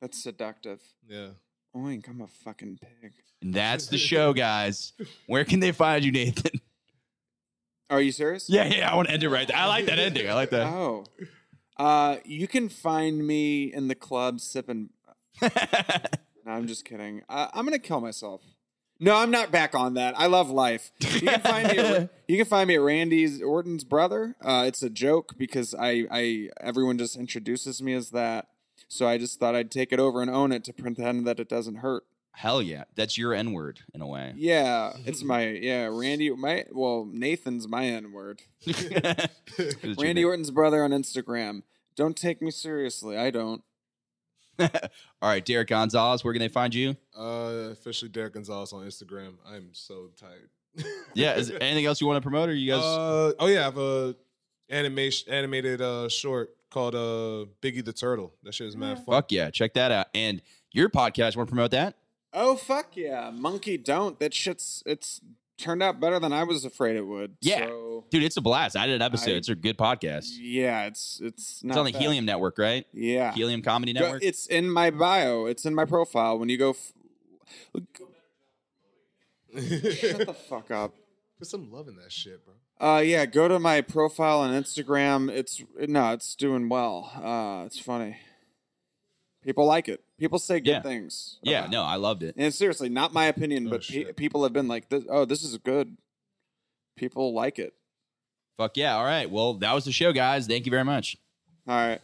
Speaker 5: That's seductive.
Speaker 6: yeah.
Speaker 5: Oink, I'm a fucking pig.
Speaker 1: And that's the show, guys. Where can they find you, Nathan?
Speaker 5: Are you serious?
Speaker 1: Yeah, yeah, I want to end it right there. I like that ending. I like that.
Speaker 5: Oh. Uh, you can find me in the club sipping. No, I'm just kidding. I, I'm gonna kill myself. No, I'm not back on that. I love life. You can find me. At, you can find me at Randy's Orton's brother. Uh, it's a joke because I, I everyone just introduces me as that. So I just thought I'd take it over and own it to pretend that it doesn't hurt.
Speaker 1: Hell yeah, that's your N word in a way.
Speaker 5: Yeah, it's my yeah Randy my well Nathan's my N word. Randy Orton's brother on Instagram. Don't take me seriously. I don't.
Speaker 1: All right, Derek Gonzalez, where can they find you?
Speaker 6: Uh, officially Derek Gonzalez on Instagram. I'm so tired.
Speaker 1: Yeah, is there anything else you want to promote? Or you guys?
Speaker 6: Uh, oh yeah, I have a animation animated uh short called uh Biggie the Turtle. That shit is mad fun.
Speaker 1: fuck yeah, check that out. And your podcast, want to promote that?
Speaker 5: Oh fuck yeah, monkey don't. That shit's it's turned out better than I was afraid it would.
Speaker 1: Yeah.
Speaker 5: So,
Speaker 1: Dude, it's a blast. I did an episode.
Speaker 5: I-
Speaker 1: it's a good podcast.
Speaker 5: yeah, it's it's not
Speaker 1: It's on the
Speaker 5: bad.
Speaker 1: Helium Network, right?
Speaker 5: Yeah.
Speaker 1: Helium Comedy
Speaker 5: Go-
Speaker 1: Network.
Speaker 5: It's in my bio. It's in my profile. When you go, f- shut the fuck up.
Speaker 6: Put some love in that shit, bro.
Speaker 5: Uh, yeah, go to my profile on Instagram. It's no, it's doing well. Uh, it's funny. People like it. People say good
Speaker 1: Yeah.
Speaker 5: things.
Speaker 1: yeah,
Speaker 5: about it.
Speaker 1: no, I loved it.
Speaker 5: And seriously, not my opinion,
Speaker 6: Oh,
Speaker 5: but pe-
Speaker 6: shit.
Speaker 5: people have been like, this, "Oh, this is good." People like it.
Speaker 1: Fuck yeah. All right. Well, that was the show, guys. Thank you very much.
Speaker 5: All right.